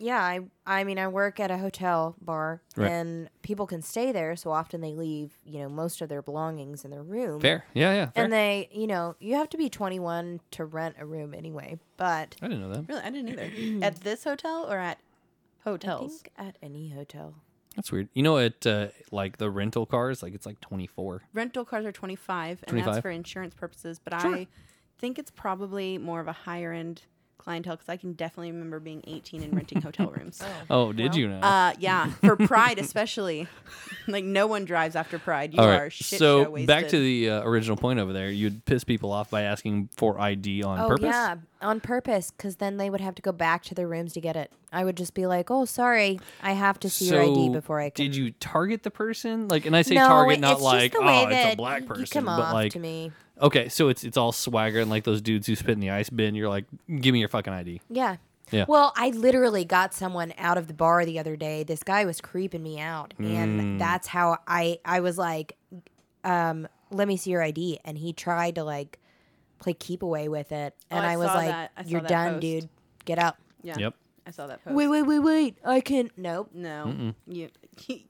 S3: yeah, I I mean I work at a hotel bar
S1: Right.
S3: and people can stay there, so often they leave you know most of their belongings in their room.
S1: Fair. Yeah, yeah. Fair.
S3: And they, you know, you have to be 21 to rent a room anyway. But
S1: I didn't know that.
S2: Really, I didn't either. at this hotel or at
S3: I
S2: hotels?
S3: think at any hotel,
S1: That's weird. You know at uh, like the rental cars, like it's like twenty four.
S2: Rental cars are 25, and
S1: 25?
S2: that's for insurance purposes, but
S1: Sure.
S2: I think it's probably more of a higher end clientele because I can definitely remember being 18 and renting hotel rooms.
S1: Oh, did you know?
S2: Uh, yeah, for Pride especially. like no one drives after Pride. You
S1: all
S2: are
S1: right.
S2: shit
S1: So
S2: show wasted.
S1: back to the uh, original point over there. You'd piss people off by asking for ID on
S3: oh
S1: purpose.
S3: yeah, on purpose, because then they would have to go back to their rooms to get it. I would just be like, "Oh, sorry, I have to see your ID before I can."
S1: Did you target the person? Like, and I say
S3: no,
S1: target,
S3: it-
S1: not
S3: it's
S1: like
S3: just the way
S1: oh,
S3: that
S1: it's a black
S3: you
S1: person,
S3: come
S1: but
S3: off
S1: like,
S3: to me.
S1: okay, so it's it's all swagger and like those dudes who spit in the ice bin. You're like, give me your fucking ID.
S3: Yeah.
S1: Yeah.
S3: Well, I literally got someone out of the bar the other day. This guy was creeping me out, and that's how I I was like, um, "Let me see your ID," and he tried to like play keep away with it,
S2: Oh,
S3: and
S2: I
S3: I, was
S2: saw
S3: like,
S2: that. I saw
S3: "You're
S2: that
S3: done,
S2: post.
S3: dude. Get out."
S2: yeah.
S1: Yep.
S2: I saw that post.
S3: Wait, wait, wait, wait. I can. Nope.
S2: No, you,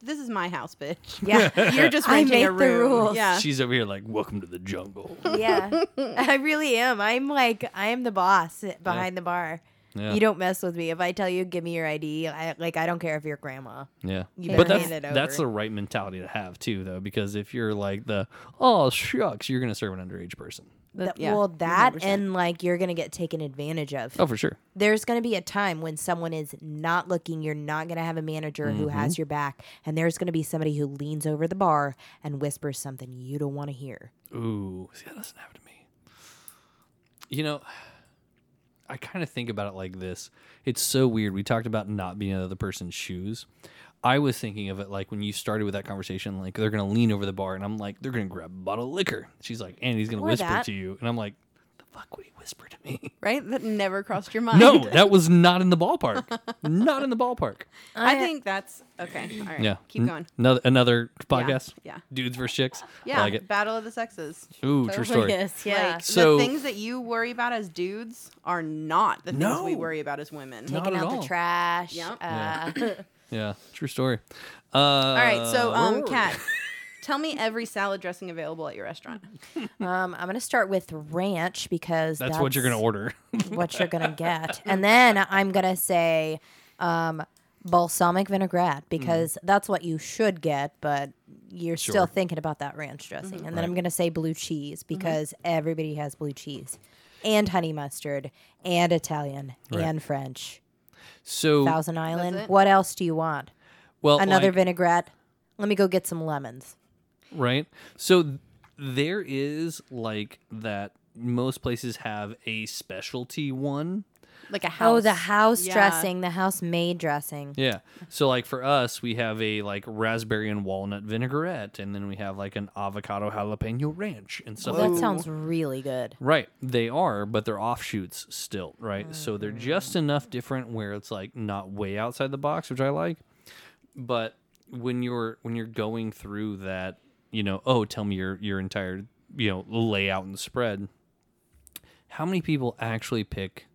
S2: this is my house, bitch.
S3: Yeah.
S2: You're just
S3: I
S2: renting a
S3: make the
S2: room.
S3: rules.
S2: Yeah,
S1: She's over here like, welcome to the jungle.
S3: yeah. I really am. I'm like I am the boss behind the bar.
S1: Yeah.
S3: You don't mess with me. If I tell you, give me your ID. I, like I don't care if you're grandma.
S1: Yeah,
S3: You
S1: but
S3: better
S1: that's
S3: hand it
S1: that's the
S3: over.
S1: right mentality to have too, though, because if you're like the oh shucks, you're gonna serve an underage person.
S3: That-
S2: yeah,
S3: Well, that
S2: 100%.
S3: and like you're gonna get taken advantage of.
S1: Oh, for sure.
S3: There's gonna be a time when someone is not looking. You're not gonna have a manager who
S1: Mm-hmm.
S3: has your back, and there's gonna be somebody who leans over the bar and whispers something you don't want to hear.
S1: Ooh, see that doesn't happen to me. You know, I kind of think about it like this. It's so weird. We talked about not being in the other person's shoes. I was thinking of it like when you started with that conversation, like they're gonna lean over the bar, and I'm like, they're gonna grab a bottle of liquor. She's like, and he's gonna
S3: Or
S1: whisper
S3: that.
S1: to you, and I'm like, the fuck would he whisper to me?
S2: right. That never crossed your mind.
S1: No, that was not in the ballpark. not in the ballpark.
S2: I think that's okay. All right,
S1: Yeah. Hmm.
S2: keep
S1: N-
S2: going.
S1: Another another podcast.
S2: yeah.
S1: Dudes versus chicks.
S2: Yeah,
S1: I like it.
S2: battle of the sexes.
S1: Ooh, true story.
S3: Oh, Yes, yeah.
S2: Like
S1: So-
S2: the things that you worry about as dudes are not the things we
S1: No.
S2: worry about as women.
S1: No. Not
S3: Taking
S1: at
S3: out
S1: all.
S3: the trash.
S2: Yep.
S3: Uh,
S1: Yeah, true story. Uh, All
S2: All right, so um, Kat, tell me every salad dressing available at your restaurant.
S3: um, I'm gonna start with ranch because
S1: that's, what you're gonna order.
S3: what you're gonna get, and then I'm gonna say um, balsamic
S1: Mm-hmm.
S3: vinaigrette because that's what you should get, but you're
S1: Sure. Mm-hmm.
S3: still thinking about that ranch dressing, and then I'm gonna say blue cheese because everybody has blue cheese, and honey mustard, and Italian,
S1: Right.
S3: and French.
S1: So
S3: Thousand Island.
S2: it?
S3: What else do you want?
S1: well,
S3: Another
S1: like,
S3: vinaigrette. Let me go get some lemons.
S1: right? So th- there is like that. Most places have a specialty one.
S2: like a house.
S3: Oh, the house
S2: Yeah.
S3: dressing, the house made dressing.
S1: Yeah. So like for us, we have a like raspberry and walnut vinaigrette, and then we have like an avocado jalapeno ranch and stuff.
S3: Well,
S1: like
S3: that sounds really good.
S1: Right. They are, but they're offshoots still, right? So they're just enough different where it's like not way outside the box, which I like. But when you're when you're going through that, you know, oh, tell me your your entire, you know, layout and spread. How many people actually pick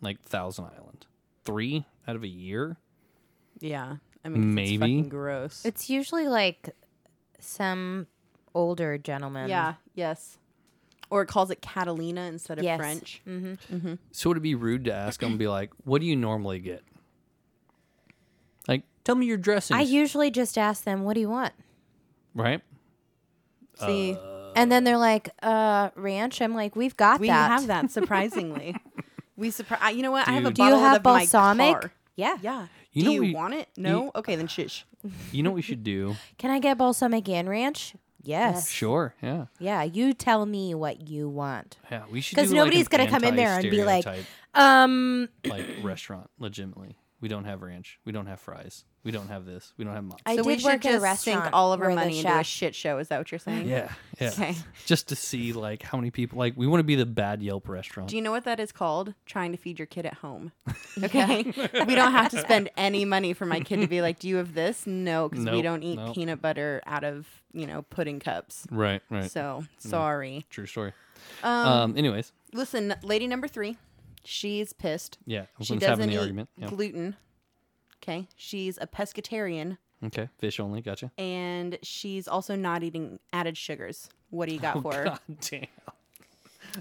S1: like Thousand Island? 3 out of a year?
S2: Yeah. I mean, 'cause it's fucking
S1: Maybe.
S2: gross.
S3: It's usually like some older gentleman.
S2: yeah. Yes. Mm. Or it calls it Catalina instead of
S3: Yes.
S2: French.
S1: So would it be rude to ask them be like, "What do you normally get?" Like, tell me your dressings,
S3: I usually just ask them, "What do you want?"
S1: right? Uh,
S2: See,
S3: and then they're like, "Uh, ranch." I'm like, "We've got
S2: we
S3: that.
S2: have that surprisingly. we surprise. You know what? I have a
S1: Dude.
S3: Do you
S2: bottle of
S3: have
S2: it up in My
S3: balsamic?
S2: car.
S3: Yeah.
S2: Yeah.
S1: You
S2: Do
S1: know
S2: you
S1: we-
S2: want it? No. okay, then shush.
S1: You know what we should do?
S3: Can I get balsamic and ranch? Yes.
S1: Sure. Yeah.
S3: Yeah. You tell me what you want.
S1: Yeah. We should
S3: Because
S1: do,
S3: nobody's
S1: like, an
S3: gonna come in there and be like,
S1: anti-stereotype,
S3: Um,
S1: like restaurant legitimately. We don't have ranch. We don't have fries. We don't have this. We don't have mozz.
S3: I
S2: so we
S3: did
S2: should
S3: work at a
S2: just
S3: restaurant.
S2: sink all of our
S3: where the
S2: money into a
S3: chef-
S2: shit show. Is that what you're saying?
S1: yeah. Yeah.
S2: Okay.
S1: Just to see like how many people like we want to be the bad Yelp restaurant.
S2: Do you know what that is called? Trying to feed your kid at home. Okay. we don't have to spend any money for my kid to be like, Do you have this? No, because we
S1: Nope,
S2: don't eat
S1: nope.
S2: peanut butter out of, you know, pudding cups.
S1: right. Right.
S2: So sorry.
S1: True story. um. Anyways.
S2: Listen, lady number three, she's pissed.
S1: Yeah.
S2: She
S1: Everyone's
S2: doesn't
S1: having
S2: eat
S1: the argument. Yeah.
S2: gluten. Okay. She's a pescatarian
S1: Okay. Fish only. Gotcha.
S2: and she's also not eating added sugars. What do you got for her?
S1: Oh, God damn.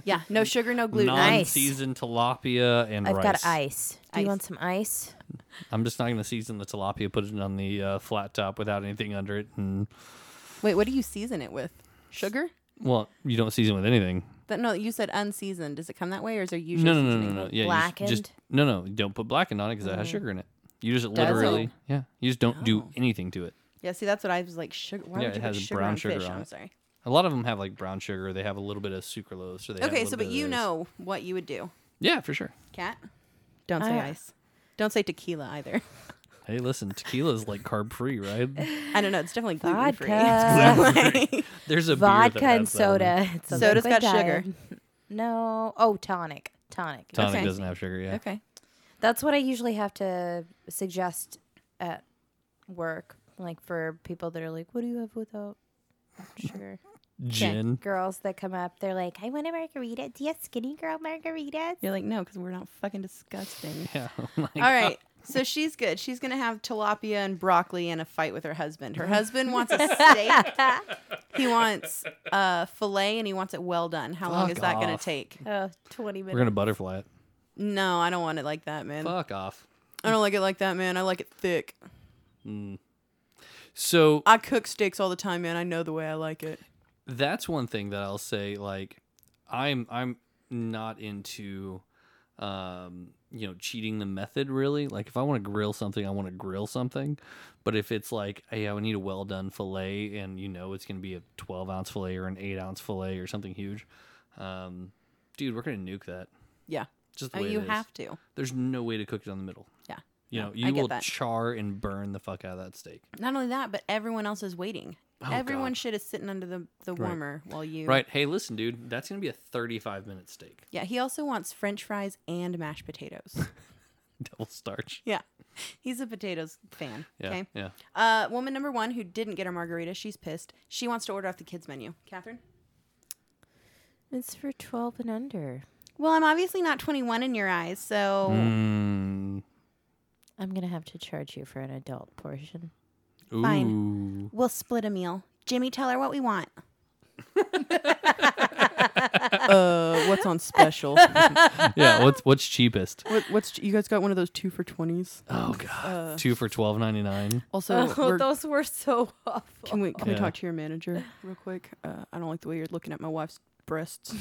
S2: Yeah. No sugar, no gluten.
S3: Nice.
S1: Non-seasoned tilapia and
S3: I've
S1: rice.
S3: got ice. Do
S2: Ice.
S3: you want some ice?
S1: I'm just not going to season the tilapia, put it on the uh, flat top without anything under it, and
S2: Wait, what do you season it with? Sugar?
S1: well, you don't season with anything.
S2: That, no, you said unseasoned. Does it come that way, or is there usually
S1: No, no, no, no,
S2: seasoning?
S1: no. Yeah, you s- Just,
S3: Blackened?
S1: no, no. Don't put blackened on it because it
S2: Mm.
S1: has sugar in it. You just literally, yeah. You just don't
S2: Oh.
S1: do anything to it.
S2: Yeah, see, that's what I was like. Sugar? Why
S1: Yeah,
S2: would you
S1: it
S2: put
S1: has
S2: sugar
S1: brown
S2: on
S1: sugar
S2: fish?
S1: on
S2: I'm
S1: it.
S2: sorry.
S1: A lot of them have like brown sugar. They have a little bit of sucralose. So they have a
S2: Okay,
S1: little
S2: so but
S1: bit of
S2: you
S1: this.
S2: know what you would do,
S1: Yeah, for sure.
S2: Cat? Don't say
S3: I-
S2: ice. Don't say tequila either.
S1: Hey, listen, tequila's like carb free, right?
S2: I don't know. It's definitely gluten free.
S3: Vodka.
S1: There's a beer that
S3: Vodka and
S1: has um, that one.
S3: soda. It's a
S2: Soda's
S3: liquid
S2: got sugar.
S3: diet. No. Oh, tonic. Tonic.
S1: Tonic
S2: Okay.
S1: doesn't have sugar. Yeah.
S2: okay.
S3: That's what I usually have to suggest at work, like for people that are like, "What do you have without sugar?"
S1: Gin.
S3: Girls that come up, they're like, "I want a margarita. Do you have skinny girl margaritas?"
S2: You're like no, because we're not fucking disgusting.
S1: Yeah. oh Like,
S2: All right. So she's good. She's gonna have tilapia and broccoli and a fight with her husband. Her husband wants a steak. he wants uh, fillet and he wants it well done. How long
S1: Fuck
S2: is that gonna
S1: off.
S2: take?
S3: Oh, 20 minutes.
S1: We're gonna butterfly it.
S2: No, I don't want it like that, man.
S1: Fuck off.
S2: I don't like it like that, man. I like it thick.
S1: So
S2: I cook steaks all the time, man. I know the way I like it.
S1: that's one thing that I'll say. Like, I'm I'm not into, um, you know, cheating the method really. Like, if I want to grill something, I want to grill something. But if it's like, hey, I need a well done fillet, and you know it's gonna be a 12 ounce fillet or an 8 ounce fillet or something huge, um, dude, we're gonna nuke that.
S2: Yeah.
S1: Just the
S2: Oh,
S1: way
S2: you
S1: it is.
S2: have to.
S1: There's no way to cook it on the middle.
S2: Yeah.
S1: You know,
S2: I
S1: you
S2: get
S1: will
S2: that.
S1: char and burn the fuck out of that steak.
S2: Not only that, but everyone else is waiting. everyone shit is sitting under the, the warmer while you.
S1: Oh, Right. Hey, listen, dude, that's gonna be a 35 minute steak.
S2: Yeah. He also wants French fries and mashed potatoes.
S1: Double starch.
S2: yeah. He's a potatoes fan.
S1: Yeah.
S2: Okay.
S1: Yeah.
S2: Uh, woman number one who didn't get her margarita, she's pissed. She wants to order off the kids menu. Catherine.
S3: It's for 12 and under.
S2: Well, I'm obviously not 21 in your eyes, so
S1: Mm.
S3: I'm gonna have to charge you for an adult portion.
S1: Ooh.
S2: Fine. we'll split a meal. Jimmy, tell her what we want. uh, what's on special?
S1: Yeah. What's what's cheapest?
S2: What, what's you guys got one of those two for twenties?
S1: Oh god. Two for twelve ninety nine.
S2: Also, we're-
S3: those were so awful.
S2: can we can
S1: Yeah.
S2: we talk to your manager real quick? Uh, I don't like the way you're looking at my wife's breasts.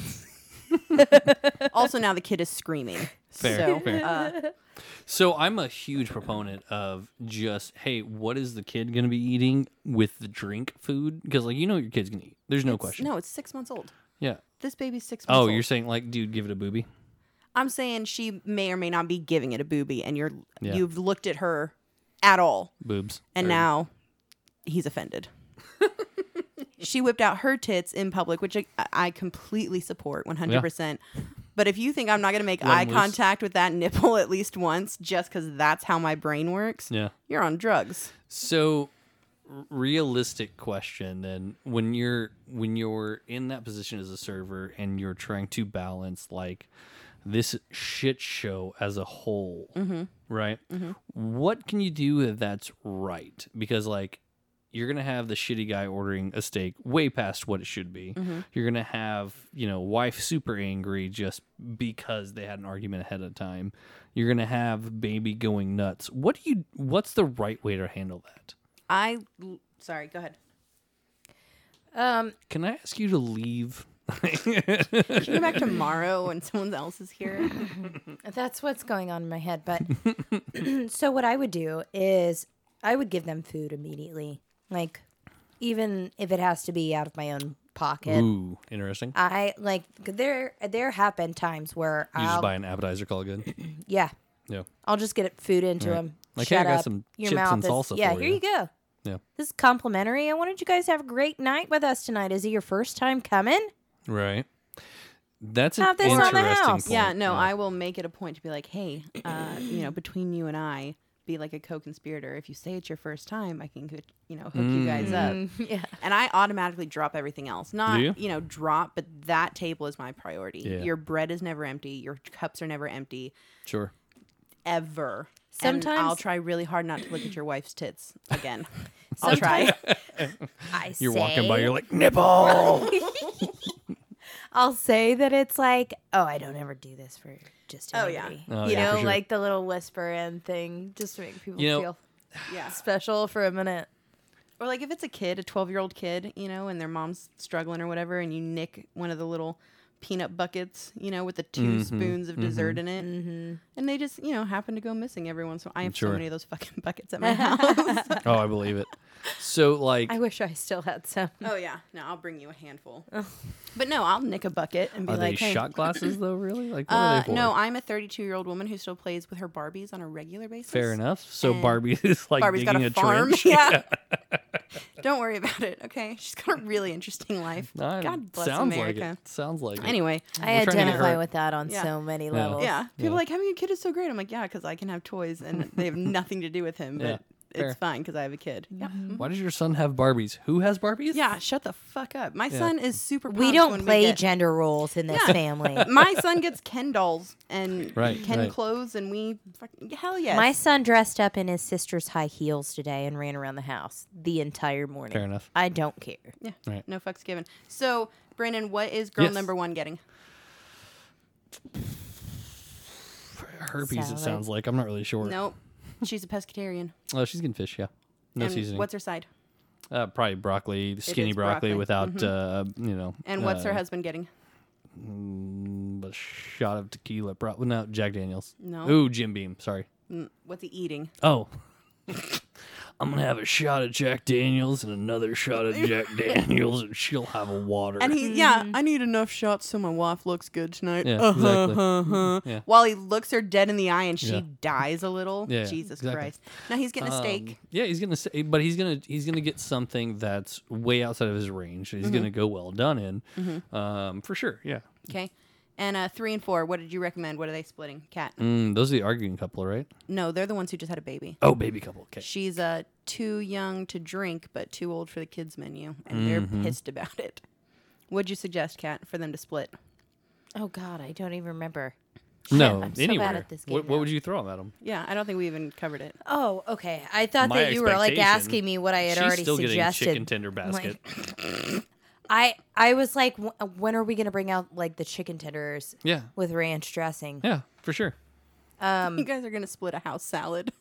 S2: also, now the kid is screaming.
S1: Fair,
S2: so,
S1: fair.
S2: Uh,
S1: So I'm a huge proponent of just, hey, what is the kid going to be eating with the drink food? Because, like, you know what your kid's going to eat. There's no question.
S2: no, it's six months old.
S1: Yeah.
S2: This baby's six months
S1: Oh,
S2: old.
S1: you're saying, like, dude, give it a booby?
S2: I'm saying she may or may not be giving it a booby, and you're
S1: Yeah.
S2: you've looked at her at all,
S1: Boobs.
S2: and
S1: Or-
S2: now he's offended. she whipped out her tits in public, which I, I completely support 100. percent But if you think I'm not going to make
S1: Let 'em
S2: eye
S1: loose.
S2: contact with that nipple at least once, just because that's how my brain works,
S1: Yeah.
S2: you're on drugs.
S1: So r- realistic question then when you're when you're in that position as a server and you're trying to balance like this shit show as a whole right what can you do that's right because like you're gonna have the shitty guy ordering a steak way past what it should be
S3: Mm-hmm.
S1: you're gonna have you know wife super angry just because they had an argument ahead of time you're gonna have baby going nuts what do you what's the right way to handle that
S2: I sorry, go ahead.
S3: Um,
S1: can I ask you to leave?
S2: Can you come back tomorrow when someone else is here?
S3: That's what's going on in my head. But so what I would do is I would give them food immediately. Like even if it has to be out of my own pocket.
S1: Ooh, interesting. You
S3: I like there there have been times where
S1: just
S3: I'll
S1: buy an appetizer, call it good.
S3: yeah,
S1: Yeah.
S3: I'll just get food into
S1: Right.
S3: them.
S1: Like, hey, I
S3: Shut
S1: got
S3: up.
S1: some
S3: Your
S1: chips
S3: mouth
S1: and
S3: is,
S1: salsa
S3: Yeah,
S1: for
S3: here
S1: you."
S3: you go.
S1: Yeah.
S3: This is complimentary. I wanted you guys to have a great night with us tonight. Is it your first time coming?
S1: Right. That's an
S3: Have this on the
S1: interesting
S3: house.
S1: point.
S2: Yeah, no, I will make it a point to be like, hey, uh, you know, between you and I, be like a co-conspirator. If you say it's your first time, I can, hook- you know, hook you guys up.
S3: yeah.
S2: And I automatically drop everything else. Not,
S1: Mm. Do you?
S2: you? know, drop, but that table is my priority.
S1: Yeah.
S2: Your bread is never empty. Your cups are never empty,
S1: Sure.
S2: ever. and
S3: Sometimes-
S2: I'll try really hard not to look at your wife's tits again. I'll
S3: Sometimes
S2: try.
S3: I
S1: You're walking by,
S3: say-
S1: you're like, nipple. Oh,
S3: I'll say that it's like, oh, I don't ever do this for just
S2: Oh, yeah.
S3: anybody.
S1: Oh,
S3: you
S1: yeah, for
S3: know,
S1: sure.
S3: like the little whisper and thing, just to make people
S1: You know-
S3: feel
S2: yeah.
S3: special for a minute.
S2: Or like if it's a kid, a 12 year old kid, you know, and their mom's struggling or whatever, and you nick one of the little peanut buckets, you know, with the 2
S1: Mm-hmm,
S2: spoons of dessert in it, and they just, you know, happen to go missing every once in a while. I have
S1: Sure.
S2: so many of those fucking buckets at my house.
S1: oh, I believe it. So, like,
S3: I wish I still had some.
S2: oh yeah, no, I'll bring you a handful. but no, I'll nick a bucket and be
S1: are
S2: like,
S1: they
S2: hey.
S1: shot glasses, though, really? Like, what
S2: uh,
S1: are they for?
S2: no, I'm a 32 year old woman who still plays with her Barbies on a regular basis.
S1: Fair enough. So,
S2: And
S1: Barbie is like
S2: eh, Barbie's got
S1: digging
S2: a,
S1: a,
S2: farm.
S1: trench.
S2: Yeah. Don't worry about it. Okay, she's got a really interesting life.
S1: I-
S2: God bless
S1: sounds
S2: America.
S1: like it. Sounds like it.
S2: Anyway,
S3: I
S1: We're trying to get
S3: identify
S1: her-
S3: with that on
S2: Yeah.
S3: so many levels.
S2: Yeah. People
S1: Yeah.
S2: are like, having a kid is so great. I'm like, yeah, because I can have toys and they have nothing to do with him, but
S1: Yeah, fair.
S2: it's fine because I have a kid. Yeah.
S3: Mm-hmm.
S1: Why does your son have Barbies? Who has Barbies?
S2: Yeah. Shut the fuck up. My son is super.
S3: We
S2: pumped when
S3: don't play
S2: get-
S3: gender roles in this
S2: Yeah.
S3: family.
S2: My son gets Ken dolls and
S1: Right,
S2: Ken
S1: right.
S2: clothes, and we fucking hell yes.
S3: My son dressed up in his sister's high heels today and ran around the house the entire morning.
S1: Fair enough.
S3: I don't care.
S2: yeah.
S1: Right.
S2: No fucks given. So, Brandon, what is girl
S1: Yes.
S2: number one getting?
S1: Herpes, it
S3: Salad.
S1: sounds like. I'm not really sure.
S2: Nope. She's a pescatarian.
S1: Oh, she's getting fish, yeah. No
S2: and
S1: seasoning.
S2: What's her side?
S1: Uh, probably broccoli, skinny
S2: is
S1: broccoli,
S2: broccoli. Mm-hmm.
S1: without uh, you know.
S2: And what's her
S1: uh,
S2: husband getting?
S1: mm, A shot of tequila, probably no Jack Daniels.
S2: No.
S1: Ooh, Jim Beam. Sorry.
S2: Mm, What's he eating?
S1: Oh. I'm gonna have a shot of Jack Daniels and another shot of Jack Daniels, and she'll have a water.
S2: And he, yeah,
S3: Mm-hmm.
S2: I need enough shots so my wife looks good tonight.
S1: Yeah,
S2: Uh-huh,
S1: exactly.
S2: uh-huh.
S1: Yeah.
S2: While he looks her dead in the eye and she
S1: Yeah.
S2: dies a little.
S1: Yeah, yeah,
S2: Jesus
S1: exactly.
S2: Christ. Now he's getting a
S1: Um,
S2: steak.
S1: yeah, he's gonna say, but he's gonna he's gonna get something that's way outside of his range. He's gonna go well done in, um, for sure. Yeah,
S2: Okay. And uh, three and four, what did you recommend? What are they splitting? Cat.
S1: mm, those are the arguing couple, right?
S2: No, they're the ones who just had a baby.
S1: Oh, baby couple. Okay,
S2: She's uh, too young to drink, but too old for the kids' menu. And
S1: Mm-hmm.
S2: they're pissed about it. What'd you suggest, Cat, for them to split?
S3: Oh God, I don't even remember.
S1: no,
S3: I'm so bad
S1: anywhere.
S3: at this game
S1: what, what
S3: now.
S1: would you throw them at him?
S2: Yeah, I don't think we even covered it.
S3: Oh, okay. I thought
S1: My
S3: that you were like
S1: expectation-
S3: asking me what I had
S1: She's
S3: already
S1: still getting
S3: suggested.
S1: chicken tender basket.
S3: like- I I was like, "Wh- when are we gonna bring out like the chicken tenders
S1: yeah,
S3: with ranch dressing?
S1: yeah, for sure,
S2: you guys are going to split a house salad.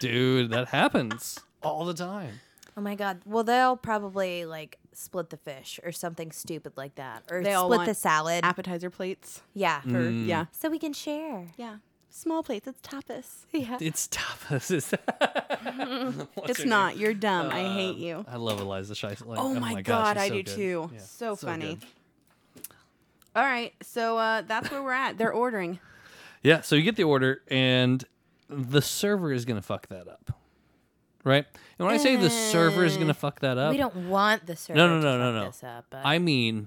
S1: dude. That happens all the time.
S3: Oh my god. Well, they'll probably like
S4: split the fish or something stupid like that, or
S2: They all
S4: split
S2: want
S4: the salad.
S2: Appetizer plates.
S4: yeah,
S1: Mm.
S2: For, Yeah.
S4: so we can share.
S2: Yeah. Small plates. It's tapas.
S4: Yeah,
S1: It's tapas. Is
S2: it's not. You're dumb. I hate you.
S1: I love Eliza Scheisler.
S2: Oh, my,
S1: gosh, she's
S2: god, I
S1: so
S2: do
S1: good.
S2: too.
S1: Yeah,
S2: So,
S1: so
S2: funny.
S1: good.
S2: All right, so uh, that's where we're at. They're ordering.
S1: Yeah, so you get the order, and the server is gonna fuck that up, right? And when I say the server is
S2: Eh,
S1: gonna fuck that up,
S4: we don't want the server.
S1: no, no,
S4: to
S1: no,
S4: fuck
S1: no.
S4: This up, but
S1: I mean,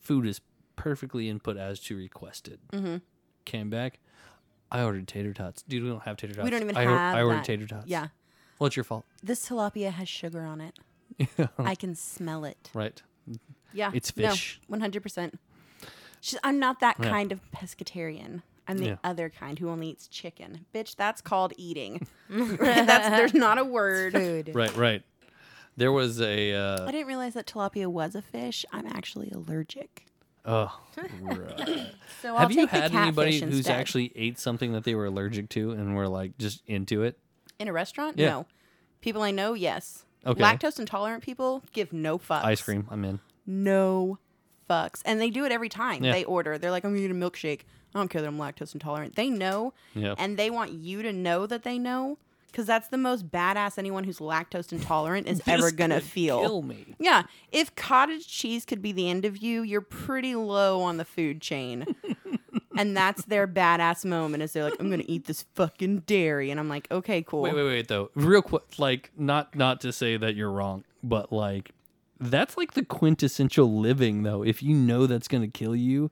S1: food is perfectly input as to requested. Mm-hmm. Came back. I ordered tater tots. Dude, we don't have tater tots.
S2: We don't even
S1: I or-
S2: have.
S1: I ordered
S2: that.
S1: tater tots.
S2: Yeah,
S1: Well, it's your fault,
S2: this tilapia has sugar on it. I can smell it.
S1: right?
S2: Yeah,
S1: It's fish.
S2: One hundred percent. I'm not that kind of pescatarian. I'm the
S1: Yeah.
S2: other kind who only eats chicken. Bitch, that's called eating. Right? that's there's not a word.
S4: food.
S1: Right, right. There was a. Uh,
S2: I didn't realize that tilapia was a fish. I'm actually allergic.
S1: oh, right.
S2: So I'll
S1: have you
S2: take the
S1: had
S2: catfish
S1: anybody who's
S2: instead.
S1: actually ate something that they were allergic to and were like just into it?
S2: in a restaurant?
S1: Yeah.
S2: No. People I know, yes.
S1: Okay.
S2: Lactose intolerant people give no fucks.
S1: Ice cream. I'm in.
S2: no fucks. And they do it every time
S1: Yeah.
S2: they order. They're like, I'm gonna get a milkshake. I don't care that I'm lactose intolerant. They know,
S1: Yeah.
S2: and they want you to know that they know, because that's the most badass anyone who's lactose intolerant is ever
S1: This
S2: gonna
S1: could
S2: feel.
S1: Kill me.
S2: Yeah, if cottage cheese could be the end of you, you're pretty low on the food chain. and that's their badass moment is they're like, I'm gonna eat this fucking dairy, and I'm like, okay, cool.
S1: Wait, wait, wait, though. Real quick, like not not to say that you're wrong, but like that's like the quintessential living, though. If you know that's gonna kill you,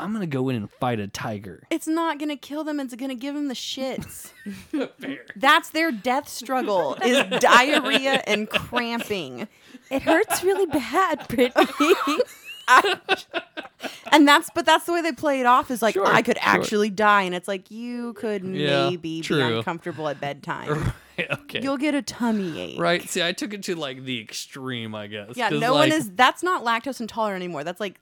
S1: I'm gonna go in and fight a tiger.
S2: It's not gonna kill them. It's gonna give them the shits. That's their death struggle: is diarrhea and cramping,
S4: It hurts really bad, Brittany.
S2: and that's but that's the way they play it off. Is like
S1: Sure,
S2: I could
S1: sure.
S2: actually die, and it's like you could
S1: Yeah,
S2: maybe
S1: true.
S2: be uncomfortable at bedtime.
S1: okay.
S2: You'll get a tummy ache.
S1: right. See, I took it to like the extreme, I guess.
S2: Yeah.
S1: 'cause,
S2: No
S1: like,
S2: one is. That's not lactose intolerant anymore. That's like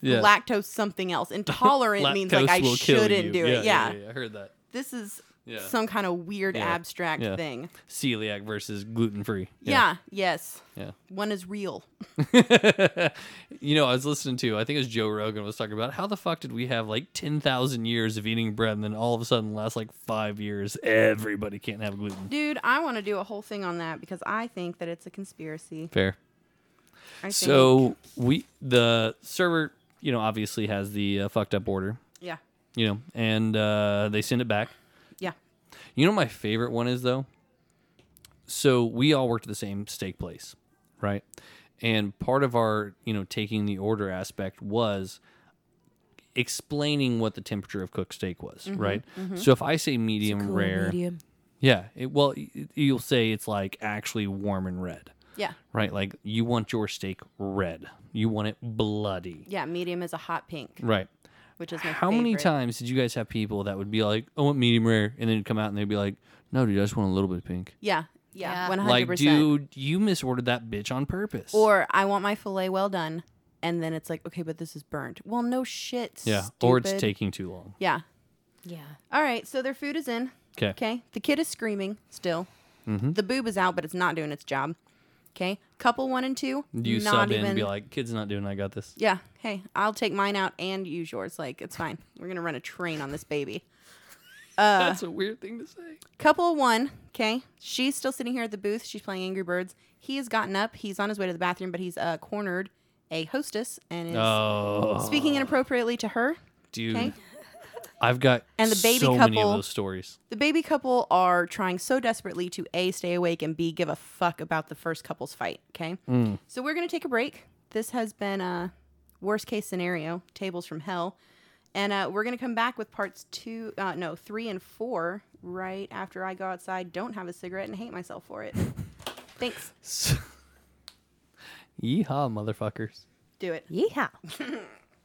S1: yeah,
S2: lactose something else. Intolerant means like
S1: lactose
S2: I
S1: will kill you.
S2: shouldn't do it.
S1: yeah,
S2: Yeah.
S1: yeah. I heard that.
S2: This is
S1: Yeah.
S2: some kind of weird
S1: Yeah.
S2: abstract
S1: Yeah.
S2: thing.
S1: Celiac versus gluten free.
S2: Yeah. Yes.
S1: Yeah.
S2: One is real.
S1: you know, I was listening to, I think it was Joe Rogan was talking about how the fuck did we have like 10,000 years of eating bread and then all of a sudden last like five years, everybody can't have gluten.
S2: Dude, I want to do a whole thing on that because I think that it's a conspiracy.
S1: Fair.
S2: I think.
S1: So we, the server, you know, obviously has the uh, fucked up order,
S2: yeah,
S1: you know, and uh, they send it back.
S2: yeah.
S1: You know, what my favorite one is though. So we all worked at the same steak place, right? And part of our, you know, taking the order aspect was explaining what the temperature of cooked steak was,
S2: Mm-hmm.
S1: right? So if I say medium rare,
S4: Medium.
S1: yeah, it, well, y- you'll say it's like actually warm and red,
S2: Yeah.
S1: right? Like you want your steak red, you want it bloody,
S2: Yeah. Medium is a hot pink,
S1: right?
S2: which is my
S1: How many
S2: favorite.
S1: times did you guys have people that would be like, "I want medium rare," and then it'd come out and they'd be like, "No, dude, I just want a little bit of pink."
S2: Yeah. Yeah.
S4: Yeah.
S2: One hundred
S1: Like,
S2: percent.
S1: dude, you misordered that bitch on purpose.
S2: Or I want my fillet well done, and then it's like, okay, but this is burnt. Well, no shit.
S1: yeah, or it's
S2: stupid.
S1: taking too long.
S2: Yeah.
S4: Yeah.
S2: All right. So their food is in.
S1: Okay.
S2: Okay. The kid is screaming still.
S1: Mm-hmm.
S2: The boob is out, but it's not doing its job. Okay. Couple one and two.
S1: You
S2: not
S1: sub in
S2: even
S1: and be like, "Kid's not doing. I got this."
S2: Yeah. Hey, I'll take mine out and use yours. Like, it's fine. We're going to run a train on this baby. Uh,
S1: That's a weird thing to say.
S2: Couple one, okay? She's still sitting here at the booth. She's playing Angry Birds. He has gotten up. He's on his way to the bathroom, but he's uh, cornered a hostess and is
S1: Oh,
S2: speaking inappropriately to her.
S1: dude,
S2: Okay.
S1: I've got
S2: And the baby
S1: so many of
S2: couple-
S1: those stories.
S2: The baby couple are trying so desperately to A, stay awake, and B, give a fuck about the first couple's fight, okay? So we're going to take a break. This has been a worst case scenario, tables from hell. And uh, we're going to come back with parts two, uh, no, three and four right after I go outside, don't have a cigarette, and hate myself for it. Thanks.
S1: Yeehaw, motherfuckers.
S2: Do it.
S4: Yeehaw.